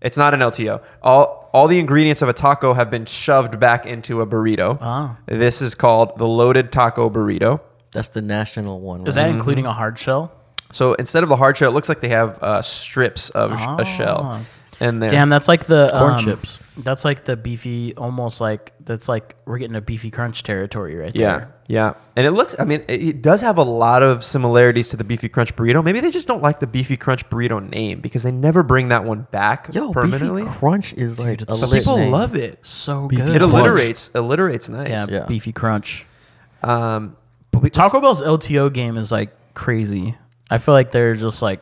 Speaker 2: It's not an LTO. All all the ingredients of a taco have been shoved back into a burrito.
Speaker 3: Ah.
Speaker 2: This is called the loaded taco burrito.
Speaker 1: That's the national one.
Speaker 3: Is
Speaker 1: right?
Speaker 3: that including a hard shell?
Speaker 2: So instead of the hard shell, it looks like they have uh, strips of sh-
Speaker 3: Oh.
Speaker 2: a shell. And there.
Speaker 3: Damn, that's like the
Speaker 1: Corn
Speaker 3: um,
Speaker 1: chips.
Speaker 3: That's like the beefy, almost like that's like we're getting a beefy crunch territory right
Speaker 2: Yeah.
Speaker 3: there.
Speaker 2: Yeah. And it looks, I mean, it, it does have a lot of similarities to the Beefy Crunch burrito. Maybe they just don't like the Beefy Crunch burrito name because they never bring that one back
Speaker 1: Yo,
Speaker 2: permanently.
Speaker 1: Beefy Crunch is like
Speaker 3: it's
Speaker 1: a
Speaker 3: so
Speaker 2: But
Speaker 1: lit
Speaker 2: people
Speaker 1: name.
Speaker 2: love it.
Speaker 3: So
Speaker 1: Beefy
Speaker 3: good.
Speaker 2: It
Speaker 1: crunch.
Speaker 2: alliterates, alliterates nice.
Speaker 3: Yeah,
Speaker 1: Yeah.
Speaker 3: beefy crunch.
Speaker 2: Um, but we,
Speaker 3: Taco Bell's LTO game is like crazy. I feel like they're just like,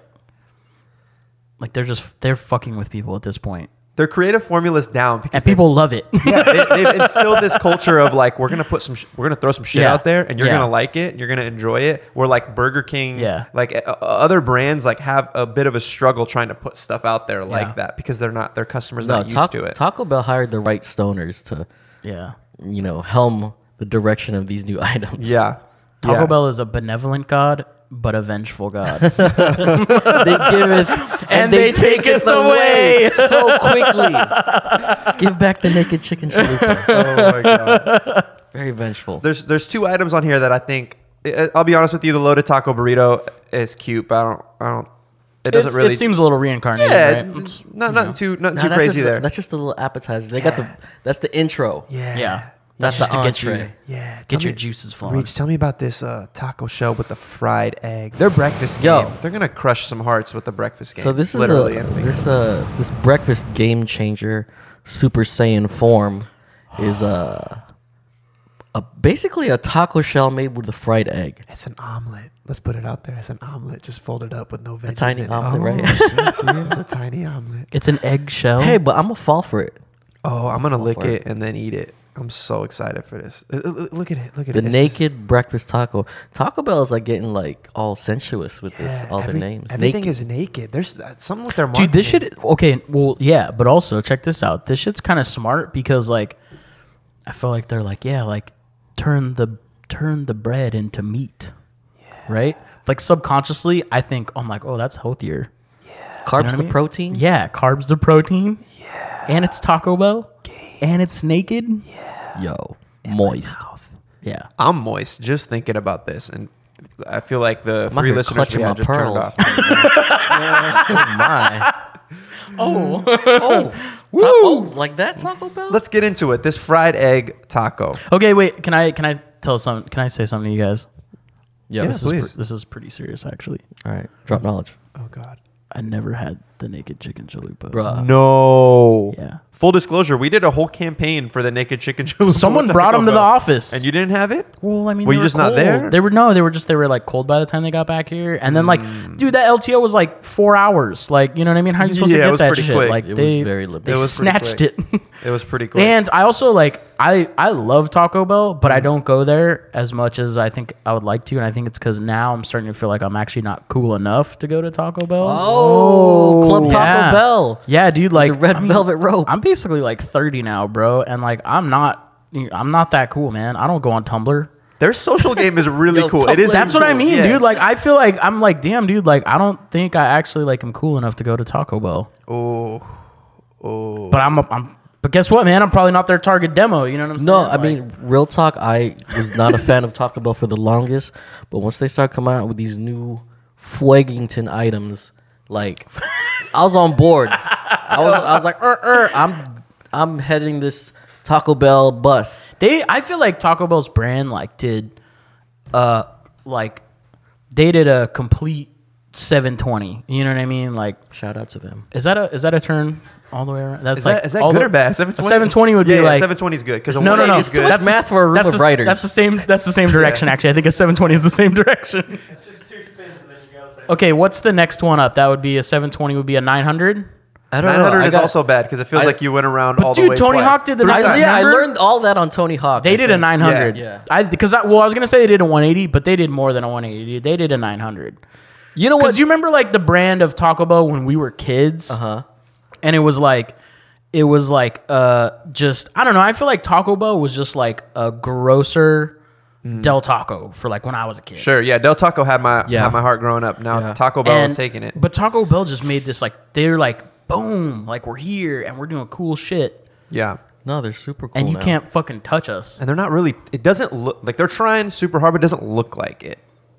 Speaker 3: like they're just they're fucking with people at this point,
Speaker 2: their creative formula's down because
Speaker 3: and people love it.
Speaker 2: yeah, they, they've instilled this culture of like we're gonna put some, sh- we're gonna throw some shit
Speaker 3: Yeah.
Speaker 2: out there, and you're
Speaker 3: Yeah.
Speaker 2: gonna like it, and you're gonna enjoy it. We're like Burger King,
Speaker 3: Yeah.
Speaker 2: like uh, uh, other brands like have a bit of a struggle trying to put stuff out there like
Speaker 3: Yeah.
Speaker 2: that because they're not their customers
Speaker 1: No,
Speaker 2: not used
Speaker 1: Ta-
Speaker 2: to it.
Speaker 1: Taco Bell hired the right stoners to,
Speaker 3: yeah,
Speaker 1: you know, helm the direction of these new items.
Speaker 2: yeah,
Speaker 3: Taco
Speaker 2: Yeah.
Speaker 3: Bell is a benevolent god, but a vengeful god.
Speaker 1: they give it and,
Speaker 3: they take it away.
Speaker 1: so quickly. give back the naked chicken chalupa.
Speaker 2: Oh my god.
Speaker 1: Very vengeful.
Speaker 2: There's there's two items on here that I think I- I'll be honest with you. The loaded taco burrito is cute, but I don't, I don't. It doesn't
Speaker 3: It's-
Speaker 2: really.
Speaker 3: It seems a little reincarnated,
Speaker 2: yeah,
Speaker 3: right? It's-
Speaker 2: not nothing too nothing
Speaker 1: Nah,
Speaker 2: too
Speaker 1: that's
Speaker 2: crazy
Speaker 1: just,
Speaker 2: there.
Speaker 1: That's just a little appetizer. They got the that's the intro.
Speaker 2: yeah,
Speaker 3: yeah.
Speaker 1: That's
Speaker 3: Just
Speaker 1: the
Speaker 3: to get you-
Speaker 1: entree.
Speaker 2: yeah.
Speaker 3: Get
Speaker 2: Tell
Speaker 3: your
Speaker 2: me-
Speaker 3: juices flowing.
Speaker 2: Reach, tell me about this uh, taco shell with the fried egg. Their breakfast game.
Speaker 1: Yo.
Speaker 2: They're gonna crush some hearts with the breakfast game.
Speaker 1: So this is a,
Speaker 2: literally. and figuratively.
Speaker 1: this uh this breakfast game changer Super Saiyan form is uh a basically a taco shell made with a fried egg.
Speaker 2: it's an omelet. Let's put it out there as an omelet, just folded up with no veggies.
Speaker 1: tiny
Speaker 2: in
Speaker 1: omelet, right?
Speaker 2: it. right? it's a tiny omelet.
Speaker 3: It's an eggshell.
Speaker 1: Hey, but I'm gonna fall for it.
Speaker 2: Oh, I'm gonna lick
Speaker 1: for
Speaker 2: it and then eat it. I'm so excited for this. Uh, uh, uh, Look at it. Look at
Speaker 1: The
Speaker 2: it. It's just-
Speaker 1: naked breakfast taco. Taco Bell is like getting like all sensuous with
Speaker 2: Yeah,
Speaker 1: this all
Speaker 2: every-
Speaker 1: the names.
Speaker 2: Everything
Speaker 1: Naked.
Speaker 2: is naked. There's uh, something with their marketing.
Speaker 3: Dude, this shit. Okay, well, yeah, but also check this out. This shit's kind of smart because, like, I feel like they're like, yeah, like turn the turn the bread into meat, right? Like subconsciously, I think I'm like, oh, that's healthier.
Speaker 1: carbs
Speaker 3: what I
Speaker 1: the
Speaker 3: mean?
Speaker 1: protein.
Speaker 3: Yeah, carbs the protein. Yeah, and it's Taco Bell, and it's naked. Yeah,
Speaker 1: Yo, moist.
Speaker 3: yeah.
Speaker 2: I'm moist just thinking about this, and I feel like the
Speaker 1: out
Speaker 2: three
Speaker 1: here
Speaker 2: listeners we
Speaker 1: clutching my
Speaker 2: had just turned
Speaker 1: pearls.
Speaker 2: off.
Speaker 1: Oh, taco, like that Taco Bell.
Speaker 2: Let's get into it. This fried egg taco.
Speaker 3: Okay, wait. Can I can I tell some? Can I say something to you guys?
Speaker 1: yeah,
Speaker 2: Yeah,
Speaker 1: this is-
Speaker 2: please.
Speaker 3: This is pretty serious, actually.
Speaker 1: all right. Drop knowledge,
Speaker 2: Oh God.
Speaker 3: I never had the naked chicken chalupa.
Speaker 1: Bruh.
Speaker 2: No.
Speaker 3: Yeah.
Speaker 2: Full disclosure, we did a whole campaign for the naked chicken chalupa.
Speaker 3: Someone
Speaker 2: at
Speaker 3: brought
Speaker 2: Taco
Speaker 3: them to the
Speaker 2: Bell.
Speaker 3: office.
Speaker 2: and you didn't have it.
Speaker 3: well, I mean,
Speaker 2: Were
Speaker 3: they
Speaker 2: you just not
Speaker 3: cold.
Speaker 2: there?
Speaker 3: They were no, they were just they were like cold by the time they got back here. And then like,
Speaker 2: Mm.
Speaker 3: dude, that LTO was like four hours. Like, you know what I mean? How are you supposed
Speaker 2: Yeah, it
Speaker 3: to get
Speaker 2: was
Speaker 3: that
Speaker 2: pretty
Speaker 3: shit?
Speaker 2: quick.
Speaker 3: Like,
Speaker 1: It was
Speaker 3: they
Speaker 1: very
Speaker 3: they
Speaker 1: limited.
Speaker 2: It was pretty
Speaker 3: snatched it.
Speaker 2: quick. It was pretty quick. Mm.
Speaker 3: and I also like I I love Taco Bell, but I don't go there as much as I think I would like to. And I think it's because now I'm starting to feel like I'm actually not cool enough to go to Taco Bell.
Speaker 1: Oh, Club Taco
Speaker 3: Yeah.
Speaker 1: Bell.
Speaker 3: Yeah, dude, like
Speaker 1: The red
Speaker 3: I mean,
Speaker 1: velvet rope.
Speaker 3: I'm basically like 30 now, bro, and like I'm not I'm not that cool, man. I don't go on Tumblr.
Speaker 2: Their social game is really
Speaker 1: Yo,
Speaker 2: cool. It is.
Speaker 1: Tumblr-
Speaker 3: That's what I
Speaker 2: cool.
Speaker 3: mean,
Speaker 2: Yeah.
Speaker 3: dude. Like I feel like I'm like, damn, dude, like I don't think I actually like am cool enough to go to Taco Bell.
Speaker 2: oh, Oh,
Speaker 3: But I'm, a, I'm but guess what, man? I'm probably not their target demo. You know what I'm saying?
Speaker 1: No, I
Speaker 3: Like,
Speaker 1: mean real talk. I was not a fan of Taco Bell for the longest, but once they start coming out with these new Fuegington items, like I was on board. I was, I was like, er, er, I'm, I'm heading this Taco Bell bus.
Speaker 3: they. I feel like Taco Bell's brand like did, uh, like, they did a complete 720. You know what I mean? Like,
Speaker 1: Shout out to them.
Speaker 3: is that a is that a turn all the way around? That's
Speaker 2: is
Speaker 3: like
Speaker 2: that, is that
Speaker 3: all
Speaker 2: good
Speaker 3: the-
Speaker 2: or bad?
Speaker 3: A 720 would be
Speaker 2: yeah,
Speaker 3: like-
Speaker 2: 720 is good because
Speaker 3: No, no, no.
Speaker 1: It's too
Speaker 2: good.
Speaker 1: much
Speaker 2: That's-
Speaker 1: math for a room
Speaker 3: that's
Speaker 1: of
Speaker 3: the,
Speaker 1: writers.
Speaker 3: That's the same. That's the same direction. Actually, I think a 720 is the same direction.
Speaker 4: It's just two spins and then you gotta say.
Speaker 3: Okay, what's the next one up? That would be a 720. Would be a 900.
Speaker 1: I don't know.
Speaker 2: 900
Speaker 1: I
Speaker 2: is
Speaker 1: got-
Speaker 2: also bad because it feels
Speaker 1: I-
Speaker 2: like you went around all the
Speaker 3: dude,
Speaker 2: way.
Speaker 3: Tony
Speaker 2: twice.
Speaker 3: Hawk did the
Speaker 2: Three
Speaker 1: I,
Speaker 2: times.
Speaker 1: yeah, I
Speaker 3: Remember?
Speaker 1: learned all that on Tony Hawk.
Speaker 3: They
Speaker 1: I
Speaker 3: did a
Speaker 1: think.
Speaker 3: 900.
Speaker 2: Yeah.
Speaker 1: Yeah.
Speaker 3: I because I, well, I was gonna say they did a 180, but they did more than a 180. They did a 900.
Speaker 1: You know
Speaker 3: Because
Speaker 1: what? Uh-huh.
Speaker 3: you remember like the brand of Taco Bell when we were kids,
Speaker 1: huh?
Speaker 3: and it was like, it was like uh just I don't know. I feel like Taco Bell was just like a grosser Del Taco for like when I was a kid.
Speaker 2: Mm. Sure, yeah. Del Taco had my
Speaker 1: Yeah.
Speaker 2: had my heart growing up. Now
Speaker 1: Yeah.
Speaker 2: Taco Bell is taking it.
Speaker 3: But Taco Bell just made this like they're like boom, like we're here and we're doing cool shit,
Speaker 2: Yeah,
Speaker 1: No, they're super cool.
Speaker 3: and you
Speaker 1: now.
Speaker 3: can't fucking touch us.
Speaker 2: and they're not really. It doesn't look like they're trying super hard, but it doesn't look like it.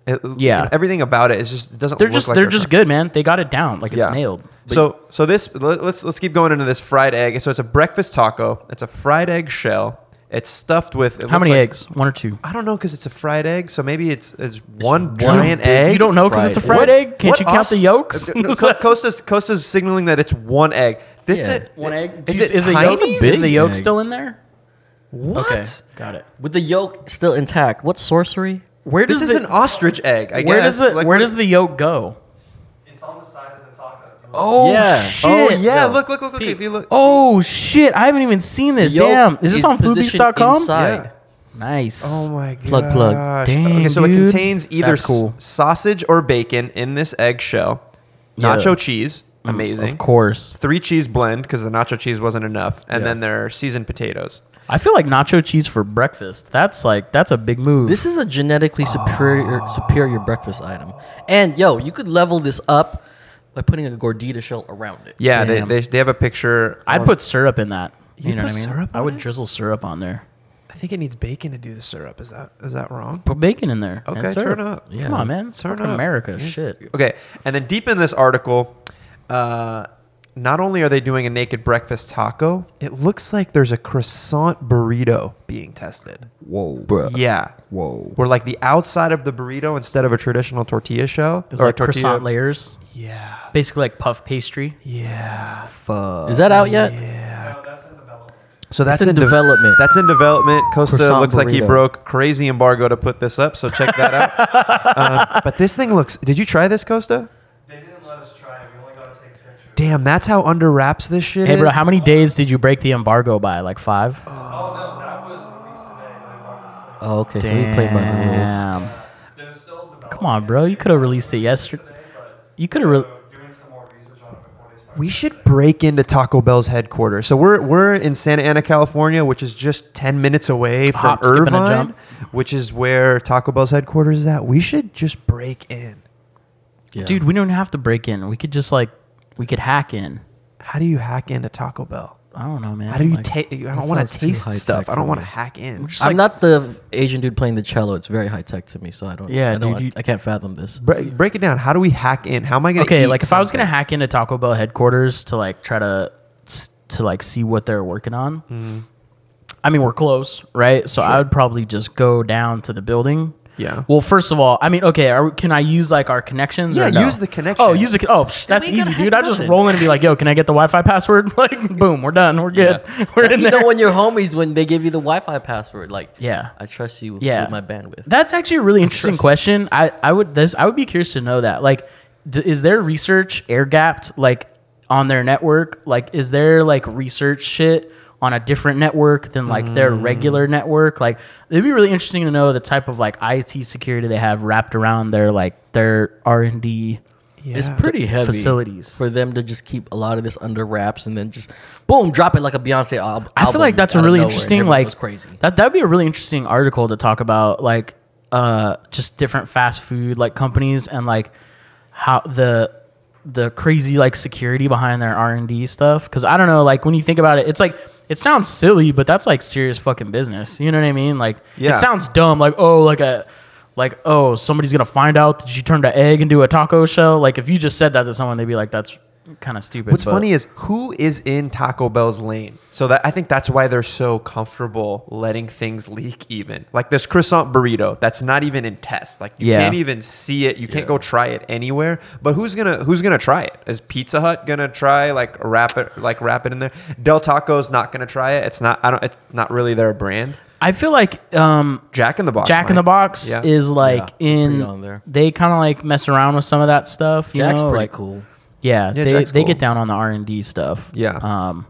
Speaker 2: It-
Speaker 3: Yeah.
Speaker 2: everything about it is just it doesn't.
Speaker 3: They're
Speaker 2: look
Speaker 3: just
Speaker 2: like
Speaker 3: they're just good, man. They got it down, like it's
Speaker 2: Yeah.
Speaker 3: nailed.
Speaker 2: so so this let- let's let's keep going into this fried egg. So it's a breakfast taco. It's a fried egg shell. It's stuffed with it
Speaker 3: How
Speaker 2: looks
Speaker 3: many
Speaker 2: like-
Speaker 3: eggs? One or two?
Speaker 2: I don't know because it's a fried egg. So maybe it's it's one giant
Speaker 1: big-
Speaker 2: egg.
Speaker 3: You don't know because it's a
Speaker 1: Fried.
Speaker 3: fried
Speaker 2: What-
Speaker 3: egg. Can't
Speaker 2: what
Speaker 3: you count
Speaker 2: us-
Speaker 3: the yolks?
Speaker 2: Uh, no, Co- Costa's Costa's signaling that it's one egg. That's
Speaker 1: Yeah.
Speaker 2: it.
Speaker 3: One egg. Do
Speaker 2: Is
Speaker 3: you-
Speaker 2: it
Speaker 3: the
Speaker 2: tiny?
Speaker 3: yolk?
Speaker 1: It's a
Speaker 3: Is
Speaker 1: big
Speaker 3: the yolk
Speaker 1: egg.
Speaker 3: still in there?
Speaker 2: What?
Speaker 3: Okay, got it.
Speaker 1: With the yolk still intact. What sorcery?
Speaker 3: Where does
Speaker 2: This is
Speaker 3: the,
Speaker 2: an ostrich egg. I
Speaker 3: where
Speaker 2: guess.
Speaker 3: does the
Speaker 2: Like,
Speaker 3: where
Speaker 2: what-
Speaker 3: does the yolk go?
Speaker 4: It's on the side of the taco.
Speaker 3: Oh
Speaker 1: Yeah.
Speaker 3: shit!
Speaker 2: Oh yeah!
Speaker 1: Yo,
Speaker 2: Look, look, look, look!
Speaker 1: Pete.
Speaker 2: If you look,
Speaker 3: Oh shit! I haven't even seen this.
Speaker 1: Yolk
Speaker 3: Damn, is this on
Speaker 1: positioned
Speaker 3: foodbeast.com?
Speaker 1: inside.
Speaker 2: Yeah.
Speaker 3: Nice.
Speaker 2: Oh my god!
Speaker 1: Plug, plug.
Speaker 2: okay,
Speaker 3: Dang,
Speaker 2: so it
Speaker 3: dude.
Speaker 2: contains either
Speaker 3: That's
Speaker 2: s-
Speaker 3: cool.
Speaker 2: sausage or bacon in this eggshell.
Speaker 3: Yeah. Mm,
Speaker 2: Nacho cheese, amazing.
Speaker 3: Of course.
Speaker 2: Three cheese blend because the nacho cheese wasn't enough, and
Speaker 1: Yeah.
Speaker 2: then there are seasoned potatoes.
Speaker 3: I feel like nacho cheese for breakfast. That's like that's a big move.
Speaker 1: This is a genetically superior
Speaker 3: Ah.
Speaker 1: superior breakfast item. And yo, you could level this up by putting a gordita shell around it.
Speaker 2: Yeah, they,
Speaker 3: Damn.
Speaker 2: they, they have a picture.
Speaker 3: I'd
Speaker 2: on-
Speaker 3: put syrup in that. You,
Speaker 2: You'd
Speaker 3: know
Speaker 2: put
Speaker 3: what I mean?
Speaker 2: syrup
Speaker 3: I
Speaker 2: on
Speaker 3: would
Speaker 2: it?
Speaker 3: drizzle syrup on there.
Speaker 2: I think it needs bacon to do the syrup. Is that is that wrong?
Speaker 3: Put bacon in there. and
Speaker 2: Okay,
Speaker 3: syrup.
Speaker 2: turn up.
Speaker 3: Come on, man. It's
Speaker 2: Turn
Speaker 3: fucking
Speaker 2: up.
Speaker 3: America.
Speaker 2: Yes.
Speaker 3: Shit.
Speaker 2: Okay, and then deep in this article, uh, not only are they doing a naked breakfast taco, it looks like there's a croissant burrito being tested.
Speaker 1: Whoa, bro.
Speaker 2: Yeah.
Speaker 1: Whoa.
Speaker 2: Where like the outside of the burrito instead of a traditional tortilla shell
Speaker 3: It's
Speaker 2: or
Speaker 3: like
Speaker 2: a tortilla.
Speaker 3: croissant layers.
Speaker 2: Yeah.
Speaker 3: Basically like puff pastry.
Speaker 2: Yeah.
Speaker 1: Is that out yet?
Speaker 4: No, that's in development.
Speaker 2: So that's
Speaker 1: in
Speaker 2: in, de-
Speaker 1: development.
Speaker 2: That's in development. Costa
Speaker 1: Croissant
Speaker 2: looks like he
Speaker 1: burrito.
Speaker 2: broke crazy embargo to put this up, so check that out. uh, but this thing looks. Did you try this, Costa?
Speaker 4: They didn't let us try it. We only got to take pictures.
Speaker 2: Damn, that's how under wraps this shit
Speaker 3: Hey bro,
Speaker 2: is.
Speaker 3: how many days did you break the embargo by? Like five?
Speaker 4: Oh no, that was released today. Like, on this plane.
Speaker 1: Oh, okay. So we played by the rules.
Speaker 3: Damn.
Speaker 4: They're still developing.
Speaker 3: Come on, bro. You could have released it yesterday.
Speaker 4: Today, but
Speaker 3: You could have re-
Speaker 4: we're doing some more research on it before they start.
Speaker 2: We should break into Taco Bell's headquarters. So we're we're in Santa Ana, California, which is just ten minutes away from
Speaker 3: Hop, skip, and a
Speaker 2: Irvine,
Speaker 3: jump.
Speaker 2: which is where Taco Bell's headquarters is at. We should just break in.
Speaker 1: Yeah.
Speaker 3: Dude, we don't have to break in. We could just like we could hack in.
Speaker 2: How do you hack into Taco Bell?
Speaker 3: I don't know, man.
Speaker 2: How do you
Speaker 3: Like,
Speaker 2: take? I
Speaker 1: that
Speaker 2: don't want
Speaker 1: sounds
Speaker 2: to
Speaker 1: too
Speaker 2: taste
Speaker 1: high-tech
Speaker 2: stuff. I don't
Speaker 1: for
Speaker 2: want to
Speaker 1: me.
Speaker 2: hack in.
Speaker 1: I'm not the Asian dude playing the cello. It's very high tech to me, so I don't.
Speaker 3: Yeah,
Speaker 1: I don't,
Speaker 3: dude, you-
Speaker 1: I, can't fathom this.
Speaker 2: Break, break it down. How do we hack in? How am I gonna?
Speaker 3: okay
Speaker 2: eat
Speaker 3: like if i was gonna
Speaker 2: something?
Speaker 3: hack into taco bell headquarters to like try to to like see what they're working on
Speaker 2: Mm-hmm.
Speaker 3: i mean we're close right so i would probably just go down to the building
Speaker 2: Yeah.
Speaker 3: well first of all i mean okay are, we- can i use like our connections or
Speaker 2: Yeah,
Speaker 3: no?
Speaker 2: use the connection.
Speaker 3: oh use the con- oh psh, that's
Speaker 1: we gotta
Speaker 3: easy
Speaker 1: hack
Speaker 3: dude i just
Speaker 1: nothing.
Speaker 3: roll in and be like yo can i get the wi-fi password like boom we're done we're good we're
Speaker 1: That's,
Speaker 3: in
Speaker 1: you
Speaker 3: there
Speaker 1: know when your homies when they give you the Wi-Fi password, like
Speaker 3: Yeah.
Speaker 1: I trust you with,
Speaker 3: Yeah.
Speaker 1: with my bandwidth.
Speaker 3: That's actually a really interesting question. I, I would this I would be curious to know that. Like, d- is there research air gapped like on their network? Like, is there like research shit on a different network than like their regular network? Like, it'd be really interesting to know the type of like IT security they have wrapped around their like their R and D.
Speaker 1: It's
Speaker 2: Yeah.
Speaker 1: pretty heavy
Speaker 3: facilities.
Speaker 1: for them to just keep a lot of this under wraps and then just boom, drop it like a Beyonce al- album.
Speaker 3: I feel like that's a
Speaker 1: out of
Speaker 3: really
Speaker 1: nowhere and
Speaker 3: interesting
Speaker 1: everyone
Speaker 3: like
Speaker 1: goes crazy.
Speaker 3: That that'd be a really interesting article to talk about like uh just different fast food like companies and like how the the crazy like security behind their r&d stuff because i don't know like when you think about it it's like it sounds silly but that's like serious fucking business you know what i mean like
Speaker 2: Yeah.
Speaker 3: it sounds dumb like oh like a like oh somebody's gonna find out that you turned an egg into a taco shell like if you just said that to someone they'd be like that's kind of stupid
Speaker 2: What's
Speaker 3: but-
Speaker 2: funny is who is in Taco Bell's lane. So that I think that's why they're so comfortable letting things leak. Even like this croissant burrito, that's not even in test. Like you
Speaker 3: Yeah.
Speaker 2: can't even see it. You can't go try it anywhere. But who's gonna who's gonna try it? Is Pizza Hut gonna try like wrap it like wrap it in there? Del Taco's not gonna try it. It's not. I don't. It's not really their brand.
Speaker 3: i feel like um
Speaker 2: Jack in the Box.
Speaker 3: Jack in
Speaker 2: might.
Speaker 3: the Box
Speaker 2: Yeah.
Speaker 3: is like
Speaker 1: Yeah,
Speaker 3: in
Speaker 1: pretty on there.
Speaker 3: they kind of like mess around with some of that stuff. You
Speaker 1: Jack's
Speaker 3: know,
Speaker 1: pretty
Speaker 3: like-
Speaker 1: cool.
Speaker 3: Yeah,
Speaker 2: Yeah,
Speaker 3: they
Speaker 2: Jack's
Speaker 3: they
Speaker 2: cool.
Speaker 3: get down on the R and D stuff.
Speaker 2: Yeah.
Speaker 3: Um.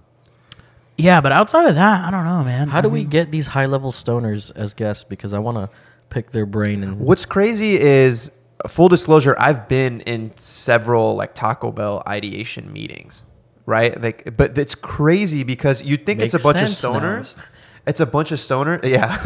Speaker 3: Yeah, but outside of that, I don't know, man.
Speaker 1: How do we get these high level stoners as guests? Because I want to pick their brain and
Speaker 2: What's crazy is full disclosure, I've been in several like Taco Bell ideation meetings, right? Like but it's crazy because you'd think it's
Speaker 1: Makes
Speaker 2: a bunch of
Speaker 1: sense now.
Speaker 2: stoners. It's a bunch of stoner. Yeah.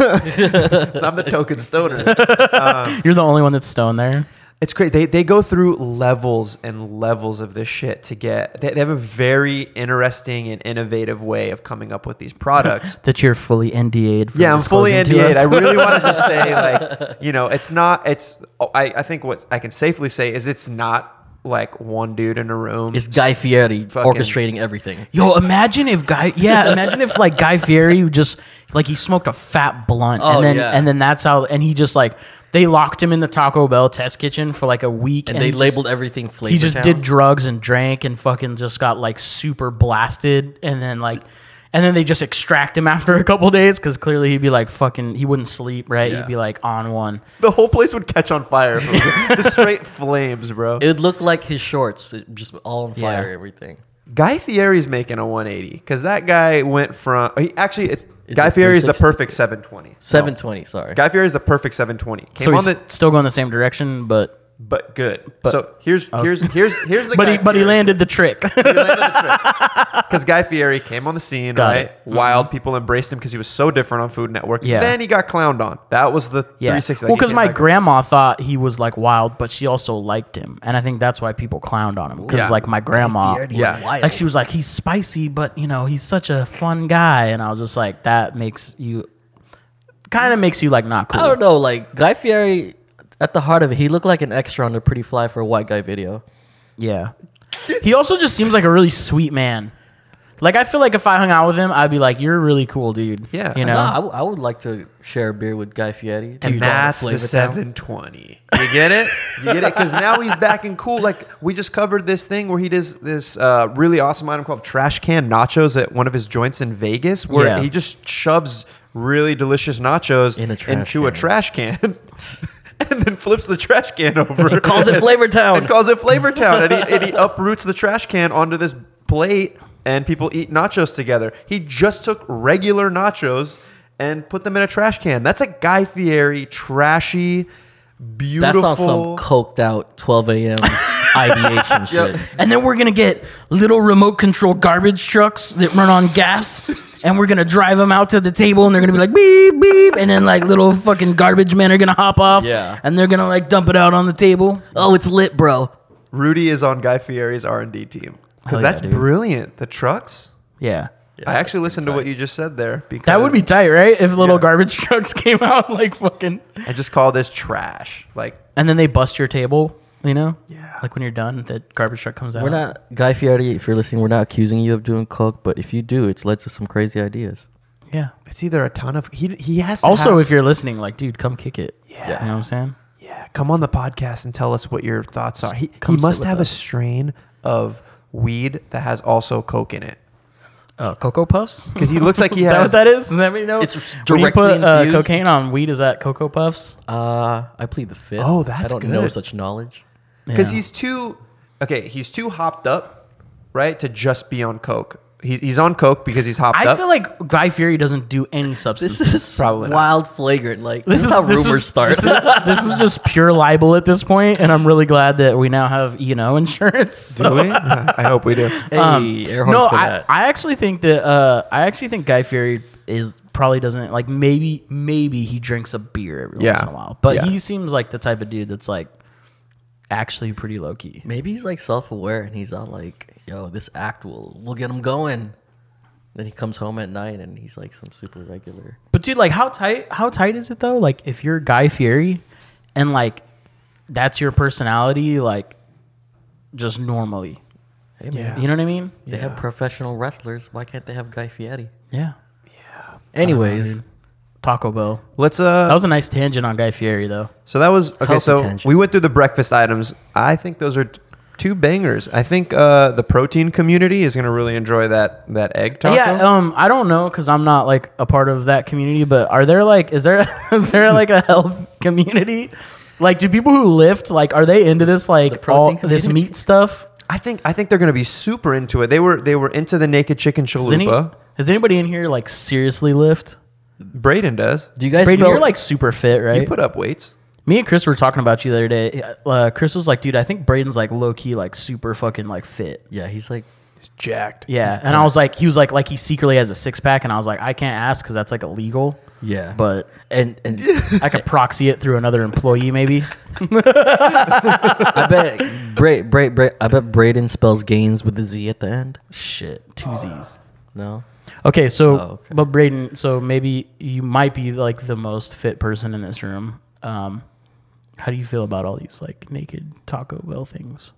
Speaker 2: I'm the token stoner.
Speaker 3: You're the only one that's stoned there.
Speaker 2: It's great. They, they go through levels and levels of this shit to get. They, they have a very interesting and innovative way of coming up with these products.
Speaker 3: That you're fully NDA'd. For
Speaker 2: Yeah, I'm fully
Speaker 3: disclosing to
Speaker 2: NDA'd. I
Speaker 3: us.
Speaker 2: really want to just say, like, you know, it's not, it's, oh, I, I think what I can safely say is it's not like one dude in a room.
Speaker 1: it's Guy Fieri
Speaker 2: Fucking-
Speaker 1: orchestrating everything.
Speaker 3: Yo, imagine if Guy. Yeah, imagine if like Guy Fieri just like he smoked a fat blunt,
Speaker 1: Oh,
Speaker 3: and then
Speaker 1: yeah.
Speaker 3: and then that's how, and he just like they locked him in the Taco Bell test kitchen for like a week,
Speaker 1: And they
Speaker 3: just-
Speaker 1: labeled everything flavor.
Speaker 3: he just did drugs and drank and fucking just got like super blasted and then like and then they just extract him after a couple days because clearly he'd be like fucking he wouldn't sleep right
Speaker 1: Yeah.
Speaker 3: he'd be like on one
Speaker 2: the whole place would catch on fire. From just straight flames, bro.
Speaker 1: It looked like his shorts, it just all on fire,
Speaker 3: Yeah.
Speaker 1: everything.
Speaker 2: Guy Fieri's making a 180 because that guy went from, he, actually, it's,
Speaker 1: Is
Speaker 2: Guy
Speaker 1: it
Speaker 2: Fieri is the
Speaker 1: 360?
Speaker 2: perfect 720.
Speaker 1: Seven twenty. Sorry.
Speaker 2: Guy Fieri is the perfect 720. Came
Speaker 3: so
Speaker 2: on
Speaker 3: he's
Speaker 2: the,
Speaker 3: still going the same direction but
Speaker 2: but good. so here's, here's, here's, here's the
Speaker 3: but
Speaker 2: Guy
Speaker 3: he but he
Speaker 2: Fieri.
Speaker 3: landed the trick
Speaker 2: Because Guy Fieri came on the scene,
Speaker 3: Got
Speaker 2: right?
Speaker 3: it.
Speaker 1: Mm-hmm.
Speaker 2: Wild people embraced him because he was so different on Food Network.
Speaker 3: Yeah.
Speaker 2: Then he got clowned on. That was the
Speaker 3: yeah
Speaker 2: 360.
Speaker 3: well because
Speaker 2: He
Speaker 3: my
Speaker 2: came back-
Speaker 3: grandma thought he was like wild but she also liked him and i think that's why people clowned on him because
Speaker 2: Yeah.
Speaker 3: like my grandma
Speaker 2: Yeah.
Speaker 3: like she was like he's spicy but you know he's such a fun guy and i was just like that makes you kind of makes you like not cool
Speaker 1: I don't know. Like Guy Fieri, at the heart of it, he looked like an extra on the Pretty Fly for a White Guy video.
Speaker 3: Yeah. He also just seems like a really sweet man. Like I feel like if I hung out with him, I'd be like, "You're a really cool dude."
Speaker 2: Yeah.
Speaker 3: You know.
Speaker 1: Nah, I, w- I would like to share a beer with Guy Fieri.
Speaker 2: And that's the 720. You get it? You get it? Because now he's back and cool. Like, we just covered this thing where he does this uh, really awesome item called trash can nachos at one of his joints in Vegas, where
Speaker 3: Yeah.
Speaker 2: he just shoves really delicious nachos
Speaker 1: In a trash
Speaker 2: into a
Speaker 1: can.
Speaker 2: trash can and then flips the trash can over. He
Speaker 1: Calls it Flavor Town.
Speaker 2: and calls it Flavor Town, and he, and he uproots the trash can onto this plate, and people eat nachos together. He just took regular nachos and put them in a trash can. That's a Guy Fieri trashy,
Speaker 1: That's
Speaker 2: beautiful.
Speaker 1: not some coked out 12 a.m. ideation shit.
Speaker 3: and then we're gonna get little remote control garbage trucks that run on gas, and we're gonna drive them out to the table, and they're gonna be like beep beep, and then like little fucking garbage men are gonna hop off,
Speaker 1: Yeah.
Speaker 3: and they're gonna like dump it out on the table.
Speaker 1: Oh, it's lit, bro.
Speaker 2: Rudy is on Guy Fieri's R and D team
Speaker 3: Hell
Speaker 2: because
Speaker 3: yeah,
Speaker 2: that's
Speaker 3: dude.
Speaker 2: brilliant. The trucks.
Speaker 3: Yeah.
Speaker 2: I actually listened to what you just said there because
Speaker 3: That would be tight, right? If little
Speaker 2: Yeah.
Speaker 3: garbage trucks came out like fucking,
Speaker 2: I just call this trash. Like
Speaker 3: and then they bust your table, you know? Yeah. Like when you're done, the garbage truck comes out.
Speaker 1: We're not, Guy Fieri, if you're listening, we're not accusing you of doing coke, but if you do, it's led to some crazy ideas.
Speaker 3: Yeah.
Speaker 2: it's either a ton of he he has to
Speaker 3: Also,
Speaker 2: have-
Speaker 3: if you're listening, like, dude, come kick it.
Speaker 2: Yeah.
Speaker 3: You know what I'm saying?
Speaker 2: Yeah, come on the podcast and tell us what your thoughts are. He, he
Speaker 3: Come sit
Speaker 2: must
Speaker 3: with
Speaker 2: have a
Speaker 3: us.
Speaker 2: strain of weed that has also coke in it
Speaker 3: Uh, Cocoa Puffs?
Speaker 2: because he looks like he
Speaker 3: Is that
Speaker 2: has.
Speaker 3: what that is? Does that mean you know?
Speaker 1: It's
Speaker 3: When you
Speaker 1: directly
Speaker 3: put uh,
Speaker 1: infused.
Speaker 3: cocaine on weed, is that Cocoa Puffs?
Speaker 1: Uh, I plead the fifth.
Speaker 2: Oh, that's
Speaker 1: I don't know
Speaker 2: good.
Speaker 1: such knowledge.
Speaker 2: Because
Speaker 3: Yeah.
Speaker 2: he's too okay. He's too hopped up, right? To just be on coke. He, he's on coke because he's hopped
Speaker 3: I
Speaker 2: up.
Speaker 3: feel like Guy Fury doesn't do any substance.
Speaker 1: This is
Speaker 2: Probably not.
Speaker 1: wild flagrant. Like, this, is how rumors
Speaker 3: is,
Speaker 1: start.
Speaker 3: This is, this is just pure libel at this point, and I'm really glad that we now have E and O insurance. so-
Speaker 2: do we? Yeah, I hope we do.
Speaker 1: hey, air horns
Speaker 3: Um, no,
Speaker 1: for
Speaker 3: I,
Speaker 1: that.
Speaker 3: I actually think that uh, I actually think Guy Fieri is probably doesn't like maybe maybe he drinks a beer every
Speaker 2: Yeah.
Speaker 3: once in a while, but
Speaker 2: Yeah.
Speaker 3: he seems like the type of dude that's like actually pretty low key.
Speaker 1: Maybe he's like self-aware and he's not like, yo, this act will will get him going. Then he comes home at night and he's like some super regular.
Speaker 3: But dude, like how tight how tight is it though? Like if you're Guy Fieri and like that's your personality, like just normally.
Speaker 1: Hey man,
Speaker 3: You know what I mean?
Speaker 1: they have professional wrestlers. Why can't they have Guy Fieri?
Speaker 3: Yeah.
Speaker 1: Anyways,
Speaker 3: Taco Bell.
Speaker 2: Let's uh.
Speaker 3: That was a nice tangent on Guy Fieri though.
Speaker 2: so that was okay.
Speaker 1: Healthy
Speaker 2: So
Speaker 1: tension.
Speaker 2: we went through the breakfast items. I think those are t- two bangers. I think uh, the protein community is gonna really enjoy that that egg taco.
Speaker 3: Yeah, um, I don't know because I'm not like a part of that community, but are there like is there is there like a health community? Like, do people who lift like are they into this like
Speaker 1: protein
Speaker 3: all, this
Speaker 1: community?
Speaker 3: meat stuff?
Speaker 2: I think I think they're gonna be super into it. They were they were into the naked chicken
Speaker 3: Does, any,
Speaker 2: chalupa.
Speaker 3: does anybody in here like seriously lift?
Speaker 2: Braden does.
Speaker 1: do you guys
Speaker 3: Brady,
Speaker 1: spell
Speaker 3: you're like super fit,
Speaker 2: You
Speaker 3: right?
Speaker 2: put up weights.
Speaker 3: Me and Chris were talking about you the other day. Uh, Chris was like, "Dude, I think Braden's like low key, like super fucking like fit."
Speaker 1: Yeah, he's like
Speaker 2: He's jacked.
Speaker 3: Yeah, and I was like, he was like, like he secretly has a six pack, and I was like, I can't ask because that's like illegal,
Speaker 1: yeah.
Speaker 3: but
Speaker 1: and and
Speaker 3: I could proxy it through another employee maybe.
Speaker 1: I bet Bra- Bra- Bra- I bet Braden spells gains with a Z at the end.
Speaker 3: Shit, two Z's.
Speaker 1: No.
Speaker 3: Okay, so
Speaker 1: Oh, okay.
Speaker 3: but Braden, so maybe you might be like the most fit person in this room. Um, how do you feel about all these like naked Taco Bell things?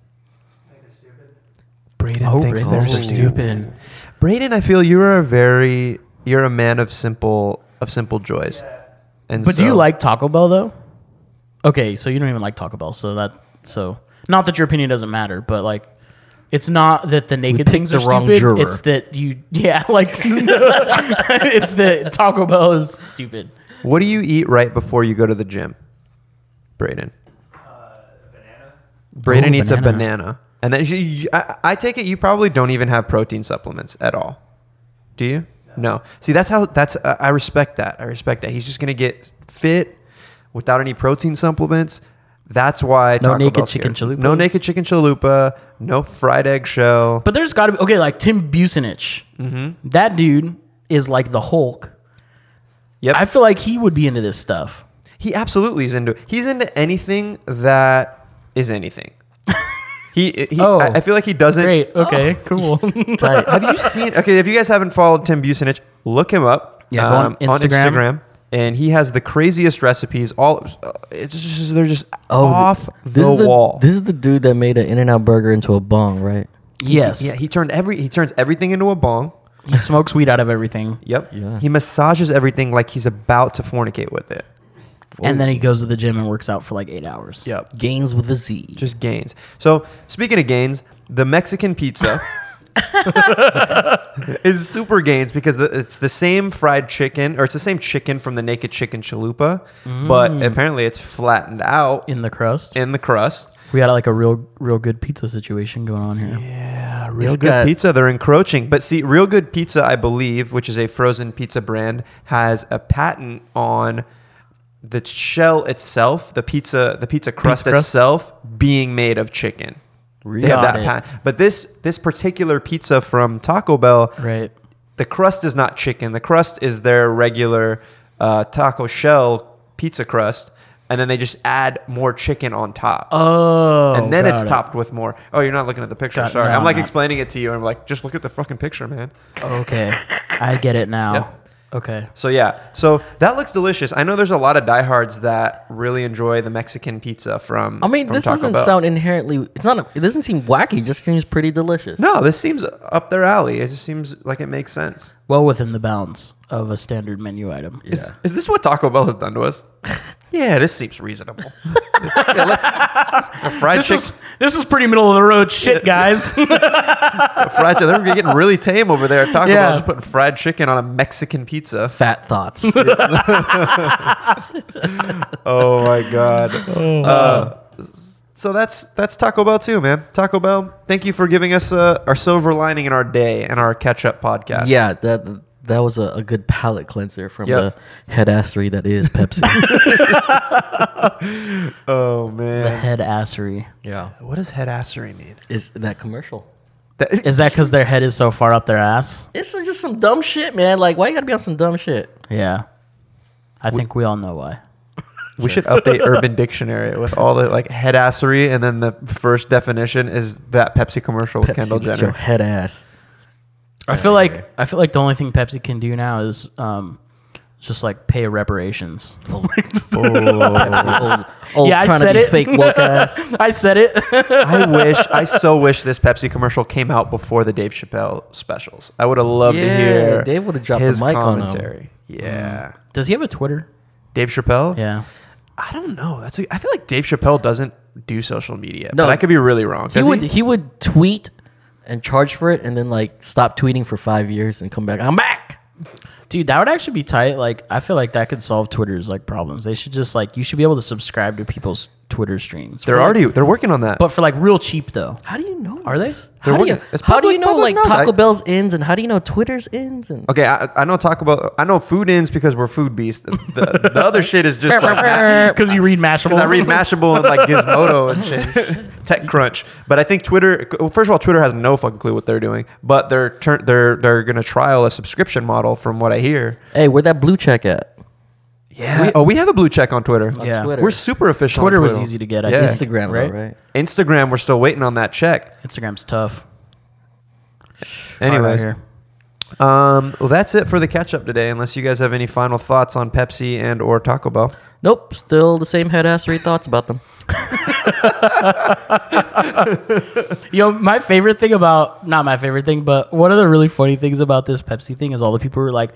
Speaker 3: Oh,
Speaker 2: Braden thinks
Speaker 3: Braden,
Speaker 2: they're
Speaker 3: this is
Speaker 2: stupid. Braden, I feel you're a very you're a man of simple of simple joys. And
Speaker 3: But do you
Speaker 2: so-
Speaker 3: like Taco Bell though? Okay, so you don't even like Taco Bell, so that so not that your opinion doesn't matter, but like it's not that the naked
Speaker 1: picked
Speaker 3: things are
Speaker 1: the wrong
Speaker 3: stupid.
Speaker 1: juror.
Speaker 3: It's that you yeah, like it's that Taco Bell is stupid.
Speaker 2: What do you eat right before you go to the gym, Braden? Braden
Speaker 3: Oh,
Speaker 2: eats a
Speaker 3: Uh, banana.
Speaker 2: banana, and then you- you- I, I take it you probably don't even have protein supplements at all, do you? No. See, that's how that's I I respect that. I respect that. He's just gonna get fit without any protein supplements. That's why
Speaker 3: No
Speaker 2: Taco
Speaker 3: naked
Speaker 2: Bell's
Speaker 3: chicken
Speaker 2: here. No
Speaker 3: chalupas?
Speaker 2: naked chicken chalupa. No fried eggshell.
Speaker 3: But there's got to be okay, like Tim Bucinich.
Speaker 2: Mm-hmm.
Speaker 3: That dude is like the Hulk.
Speaker 2: Yep.
Speaker 3: I feel like he would be into this stuff.
Speaker 2: He absolutely is into he's into anything that is anything. he he
Speaker 3: Oh.
Speaker 2: I, I feel like he doesn't
Speaker 3: Great. Okay. Cool.
Speaker 1: Tight.
Speaker 2: Have you seen okay, if you guys haven't followed Tim Bucinich, look him up um,
Speaker 3: Yeah, go on Instagram.
Speaker 2: Instagram, and he has the craziest recipes all uh, it's just they're just
Speaker 1: Oh, th-
Speaker 2: off
Speaker 1: this
Speaker 2: the
Speaker 1: is the
Speaker 2: wall.
Speaker 1: This is the dude that made an In-N-Out burger into a bong, right?
Speaker 3: yes.
Speaker 2: yeah, he turned every he turns everything into a bong.
Speaker 3: He smokes weed out of everything,
Speaker 2: Yep.
Speaker 1: Yeah.
Speaker 2: He massages everything like he's about to fornicate with it.
Speaker 3: and then he goes to the gym and works out for like eight hours.
Speaker 2: Yep.
Speaker 1: Gains with a Z.
Speaker 2: Just gains. So speaking of gains, the Mexican pizza is super gains because the, it's the same fried chicken, or it's the same chicken from the Naked Chicken Chalupa, but apparently it's flattened out
Speaker 3: In the crust.
Speaker 2: in the crust.
Speaker 3: We got like a real, real good pizza situation going on here.
Speaker 2: Ah, Real
Speaker 1: It's
Speaker 2: good
Speaker 1: got-
Speaker 2: pizza, they're encroaching. But see, Real Good Pizza, I believe, which is a frozen pizza brand, has a patent on the shell itself, the pizza, the pizza crust
Speaker 3: crust?
Speaker 2: itself being made of chicken. They have
Speaker 3: Got
Speaker 2: that
Speaker 3: it.
Speaker 2: pattern. But this this particular pizza from Taco Bell,
Speaker 3: Right.
Speaker 2: the crust is not chicken. The crust is their regular uh, taco shell pizza crust, and then they just add more chicken on top.
Speaker 3: Oh.
Speaker 2: and then
Speaker 3: got
Speaker 2: it's
Speaker 3: it.
Speaker 2: topped with more. Oh, you're not looking at the picture.
Speaker 3: Got-
Speaker 2: Sorry,
Speaker 3: no,
Speaker 2: I'm like
Speaker 3: I'm not.
Speaker 2: explaining it to you. and I'm like, just look at the fucking picture, man.
Speaker 3: Okay. I get it now.
Speaker 2: Yep.
Speaker 3: Okay.
Speaker 2: So yeah, so that looks delicious. I know there's a lot of diehards that really enjoy the Mexican pizza from.
Speaker 1: I mean,
Speaker 2: from
Speaker 1: this
Speaker 2: Taco
Speaker 1: doesn't
Speaker 2: Bell.
Speaker 1: sound inherently. It's not. A, it doesn't seem wacky. It just seems pretty delicious.
Speaker 2: No, this seems up their alley. It just seems like it makes sense.
Speaker 3: Well within the bounds of a standard menu item.
Speaker 2: Is, is this what Taco Bell has done to us? yeah, this seems reasonable. Yeah, let's- a fried
Speaker 3: This
Speaker 2: chicken,
Speaker 3: is this is pretty middle of the road shit, guys.
Speaker 2: fried chicken. They're getting really tame over there. at Taco
Speaker 3: Yeah.
Speaker 2: Bell just putting fried chicken on a Mexican pizza.
Speaker 1: Fat thoughts.
Speaker 2: Oh my god. Uh, so that's that's Taco Bell too, man. Taco Bell, thank you for giving us uh, our silver lining in our day and our catch up podcast.
Speaker 1: yeah, that that was a, a good palate cleanser from
Speaker 2: Yep.
Speaker 1: the head assery that is Pepsi.
Speaker 2: Oh man.
Speaker 3: head assery.
Speaker 1: yeah,
Speaker 2: What does head assery mean?
Speaker 1: is that commercial?
Speaker 2: That-
Speaker 3: Is that because their head is so far up their ass?
Speaker 1: It's just some dumb shit, man. Like, why you gotta be on some dumb shit?
Speaker 3: Yeah. I think we all know why.
Speaker 2: We should update Urban Dictionary with all the like head assery, and then the first definition is that Pepsi commercial with
Speaker 1: Pepsi
Speaker 2: Kendall
Speaker 1: gets
Speaker 2: Jenner.
Speaker 1: your head ass.
Speaker 3: I feel like I feel like the only thing Pepsi can do now is um, just like pay reparations.
Speaker 1: old, old
Speaker 3: Yeah, I
Speaker 1: trying
Speaker 3: said
Speaker 1: to be
Speaker 3: it.
Speaker 1: fake woke ass.
Speaker 3: I said it.
Speaker 2: I wish, I so wish this Pepsi commercial came out before the Dave Chappelle specials. I would have loved
Speaker 1: Yeah,
Speaker 2: to hear
Speaker 1: Dave would've dropped the
Speaker 2: his
Speaker 1: mic on Mm. him.
Speaker 2: commentary. Yeah,
Speaker 3: Does he have a Twitter?
Speaker 2: Dave Chappelle.
Speaker 3: Yeah.
Speaker 2: I don't know. That's a, I feel like Dave Chappelle doesn't do social media.
Speaker 1: No.
Speaker 2: but I could be really wrong.
Speaker 1: He
Speaker 2: Does
Speaker 1: would
Speaker 2: he?
Speaker 1: he would tweet and charge for it, and then like stop tweeting for five years and come back. I'm back.
Speaker 3: Dude, that would actually be tight. Like, I feel like that could solve Twitter's like problems. They should just like you should be able to subscribe to people's Twitter streams.
Speaker 2: They're
Speaker 3: For, like-
Speaker 2: already they're working on that.
Speaker 3: but for like real cheap though.
Speaker 1: How do you know?
Speaker 3: Are they?
Speaker 1: this? How do
Speaker 2: working-
Speaker 1: you,
Speaker 2: it's
Speaker 1: how do
Speaker 2: public-
Speaker 1: you know
Speaker 2: public
Speaker 1: like
Speaker 2: knows.
Speaker 1: Taco
Speaker 2: I-
Speaker 1: Bell's ends and how do you know Twitter's ends and
Speaker 2: Okay, I, I know talk about I know food ins because we're food beasts. The, the other shit is just like
Speaker 3: Because you read Mashable.
Speaker 2: because I read Mashable and like Gizmodo and shit, TechCrunch. But I think Twitter. well, First of all, Twitter has no fucking clue what they're doing. But they're turn they're they're gonna trial a subscription model from what I hear.
Speaker 1: Hey, where'd that blue check at?
Speaker 2: Yeah. oh, we have a blue check on Twitter.
Speaker 1: On
Speaker 3: Yeah.
Speaker 1: Twitter.
Speaker 2: We're super official. on
Speaker 3: Twitter was easy to get, I
Speaker 2: Yeah.
Speaker 3: think.
Speaker 1: Instagram,
Speaker 3: right?
Speaker 1: right? Though, right?
Speaker 2: Instagram, we're still waiting on that check.
Speaker 3: Instagram's tough. Hard out
Speaker 2: Anyways,
Speaker 3: here.
Speaker 2: um, well, that's it for the catch up today. Unless you guys have any final thoughts on Pepsi and or Taco Bell.
Speaker 1: Nope, still the same head assery thoughts about them.
Speaker 3: Yo, my favorite thing about not my favorite thing, but one of the really funny things about this Pepsi thing is all the people who are like,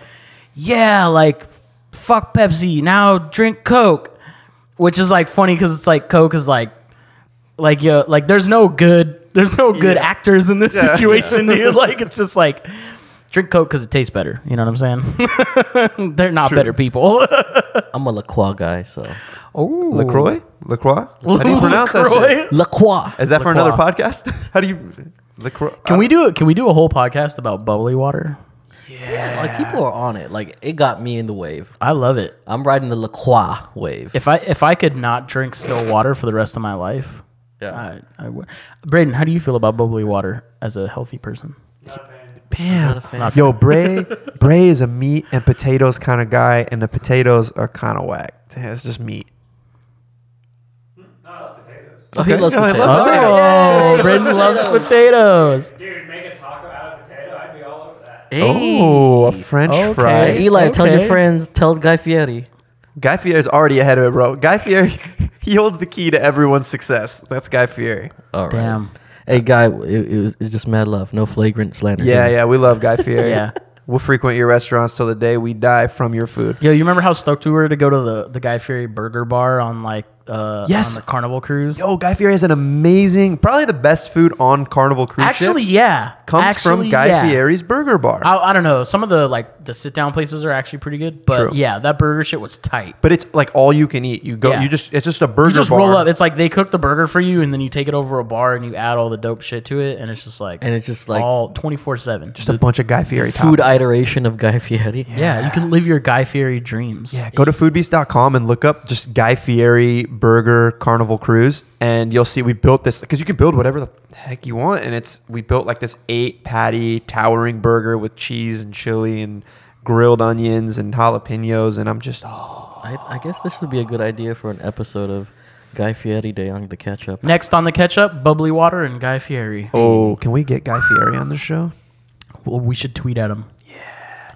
Speaker 3: "Yeah, like fuck Pepsi, now drink Coke," which is like funny because it's like Coke is like, like yo, like there's no good, there's no good actors in this situation, dude. Like it's just like drink Coke because it tastes better. You know what I'm saying? They're not better people.
Speaker 1: I'm a LaCroix guy, so
Speaker 3: oh,
Speaker 2: Lacroix, Lacroix. How do you pronounce that? Shit?
Speaker 1: LaCroix.
Speaker 2: Is that for
Speaker 3: LaCroix.
Speaker 2: another podcast? How do you? LaCroix.
Speaker 3: Can we do? Can we do a whole podcast about bubbly water?
Speaker 1: Like people are on it. Like it got me in the wave.
Speaker 3: I love it.
Speaker 1: I'm riding the LaCroix wave.
Speaker 3: If I if I could not drink still water for the rest of my life,
Speaker 1: Yeah.
Speaker 3: I, I would. Braden, how do you feel about bubbly water as a healthy person?
Speaker 2: Bam.
Speaker 1: fan.
Speaker 2: Yo, Bray. Bray is a meat and potatoes kind of guy, and the potatoes are kind of whack. Damn, it's just meat.
Speaker 5: Not like potatoes.
Speaker 1: Oh, he
Speaker 2: Okay.
Speaker 1: loves
Speaker 2: No, he
Speaker 1: potatoes.
Speaker 2: loves potatoes.
Speaker 3: Oh, Braden loves potatoes.
Speaker 5: Dude, make a taco out of potato. I'd be all over that.
Speaker 1: Hey.
Speaker 2: Oh, a French
Speaker 3: Okay.
Speaker 1: Hey,
Speaker 2: fry.
Speaker 1: Eli, tell your
Speaker 3: Okay.
Speaker 1: friends. Tell Guy Fieri.
Speaker 2: Guy Fieri is already ahead of it, bro. Guy Fieri, he holds the key to everyone's success. That's Guy Fieri.
Speaker 1: All right.
Speaker 3: Damn.
Speaker 1: Hey, Guy, it, it was it's just mad love. No flagrant slander.
Speaker 2: Yeah, yeah, we love Guy Fieri.
Speaker 3: Yeah.
Speaker 2: We'll frequent your restaurants till the day we die from your food.
Speaker 3: Yo, you remember how stoked we were to go to the the Guy Fieri Burger Bar on like uh
Speaker 2: Yes.
Speaker 3: on the Carnival Cruise?
Speaker 2: Yo, Guy Fieri has an amazing, probably the best food on Carnival Cruise
Speaker 3: Actually,
Speaker 2: ships.
Speaker 3: yeah.
Speaker 2: Comes
Speaker 3: Actually,
Speaker 2: from Guy
Speaker 3: yeah.
Speaker 2: Fieri's Burger Bar.
Speaker 3: I, I don't know. Some of the like the sit down places are actually pretty good, but
Speaker 2: True.
Speaker 3: yeah, that burger shit was tight.
Speaker 2: But it's like all you can eat. You go.
Speaker 3: Yeah.
Speaker 2: You just. It's just a burger.
Speaker 3: You just
Speaker 2: bar.
Speaker 3: roll up. It's like they cook the burger for you, and then you take it over a bar and you add all the dope shit to it, and it's just like
Speaker 1: And it's just like
Speaker 3: all twenty four seven.
Speaker 2: just a bunch of Guy Fieri
Speaker 1: food
Speaker 2: toppings.
Speaker 1: iteration of Guy Fieri.
Speaker 3: Yeah, you can live your Guy Fieri dreams.
Speaker 2: Yeah, go to foodbeast.com and look up just Guy Fieri Burger Carnival Cruise, and you'll see we built this because you can build whatever the heck you want, and it's we built like this eight patty towering burger with cheese and chili and grilled onions and jalapenos, and I'm just oh,
Speaker 1: I, I guess this would be a good idea for an episode of Guy Fieri Day on the catch up.
Speaker 3: Next on the ketchup, bubbly water and Guy Fieri.
Speaker 2: oh, can we get Guy Fieri on the show?
Speaker 3: Well, we should tweet at him.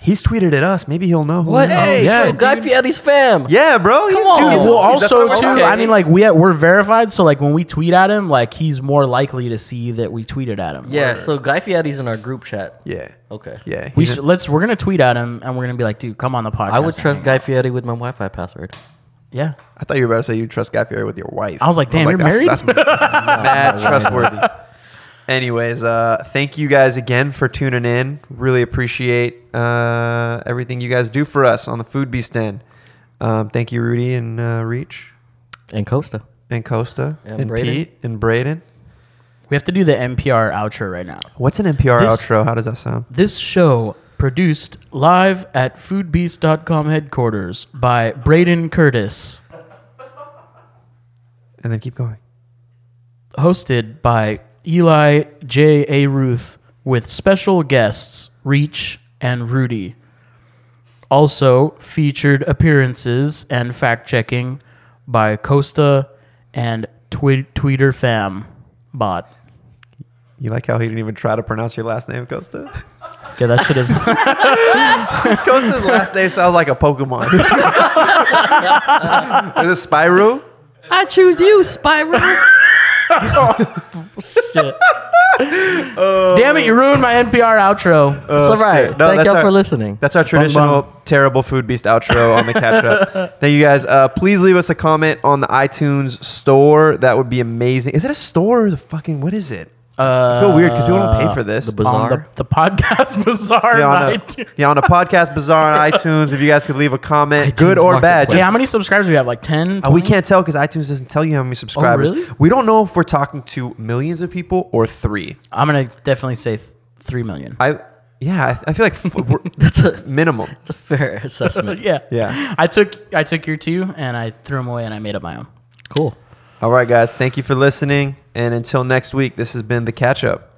Speaker 2: He's tweeted at us. Maybe he'll know who. What?
Speaker 1: Hey,
Speaker 2: yeah,
Speaker 1: so Oh, Guy Fieri's fam.
Speaker 2: yeah, bro. He's,
Speaker 1: on.
Speaker 2: he's-
Speaker 3: well,
Speaker 2: he's
Speaker 3: also
Speaker 2: definitely-
Speaker 3: too.
Speaker 1: okay.
Speaker 3: I mean, like we we're verified, so like when we tweet at him, like he's more likely to see that we tweeted at him.
Speaker 1: Yeah, so Guy Fieri's in our group chat.
Speaker 2: yeah,
Speaker 1: Okay.
Speaker 2: yeah.
Speaker 3: we
Speaker 2: he's a-
Speaker 3: should, let's. We're gonna tweet at him, and we're gonna be like, dude, come on the podcast.
Speaker 1: I would trust Guy Fieri with my Wi Fi password.
Speaker 3: Yeah.
Speaker 2: I thought you were about to say you trust Guy Fieri with your wife.
Speaker 3: I was like, damn, you're married?
Speaker 2: That's, that's, that's mad trustworthy. Anyways, uh, thank you guys again for tuning in. Really appreciate uh, everything you guys do for us on the Food Beast End. Um, thank you, Rudy and uh, Reach
Speaker 1: And Costa.
Speaker 2: and Costa
Speaker 1: And
Speaker 2: and
Speaker 1: Braden.
Speaker 2: Pete and Braden.
Speaker 3: We have to do the NPR outro right now.
Speaker 2: What's an NPR
Speaker 3: This-
Speaker 2: outro? How does that sound?
Speaker 3: This show produced live at foodbeast.com headquarters by Braden Curtis.
Speaker 2: And then keep going.
Speaker 3: hosted by Eli J. A. Ruth with special guests Reach and Rudy. Also featured appearances and fact checking by Costa and Twi- Tweeter Fam Bot.
Speaker 2: You like how he didn't even try to pronounce your last name, Costa?
Speaker 3: Yeah, that shit is.
Speaker 2: Costa's last name sounds like a Pokemon. Is it Spyro?
Speaker 1: I choose you, Spyro.
Speaker 3: shit. Damn it, you ruined my NPR outro.
Speaker 1: it's all
Speaker 2: Oh, shit.
Speaker 1: right.
Speaker 2: No,
Speaker 1: Thank
Speaker 2: that's
Speaker 1: y'all
Speaker 2: our-
Speaker 1: for listening.
Speaker 2: That's our traditional
Speaker 3: bong.
Speaker 2: terrible food beast outro on the catch up. Thank you guys. Uh, please leave us a comment on the iTunes store. That would be amazing. Is it a store? Or the fucking what is it?
Speaker 3: Uh,
Speaker 2: I feel weird because people don't pay for this.
Speaker 1: Uh, the bazaar.
Speaker 3: on the, the podcast Bazaar.
Speaker 2: Yeah, on, a,
Speaker 3: night.
Speaker 2: yeah, on a podcast bazaar on iTunes. If you guys could leave a comment,
Speaker 1: iTunes
Speaker 2: good or bad.
Speaker 1: Marketplace.
Speaker 3: Hey,
Speaker 2: just-
Speaker 3: how many subscribers do we have? Like 10?
Speaker 2: Uh, we
Speaker 3: 20?
Speaker 2: can't tell because iTunes doesn't tell you how
Speaker 1: Oh,
Speaker 2: many subscribers.
Speaker 3: really?
Speaker 2: We don't know if we're talking to millions of people or three.
Speaker 3: I'm going to definitely say th- 3 million.
Speaker 2: I yeah, I, I feel like f- we're-
Speaker 1: That's a
Speaker 2: minimum.
Speaker 1: that's a fair assessment.
Speaker 3: yeah.
Speaker 2: Yeah.
Speaker 3: I took I took your two and I threw them away and I made up my own.
Speaker 1: Cool.
Speaker 2: All right, guys. Thank you for listening. And until next week, this has been the catch up.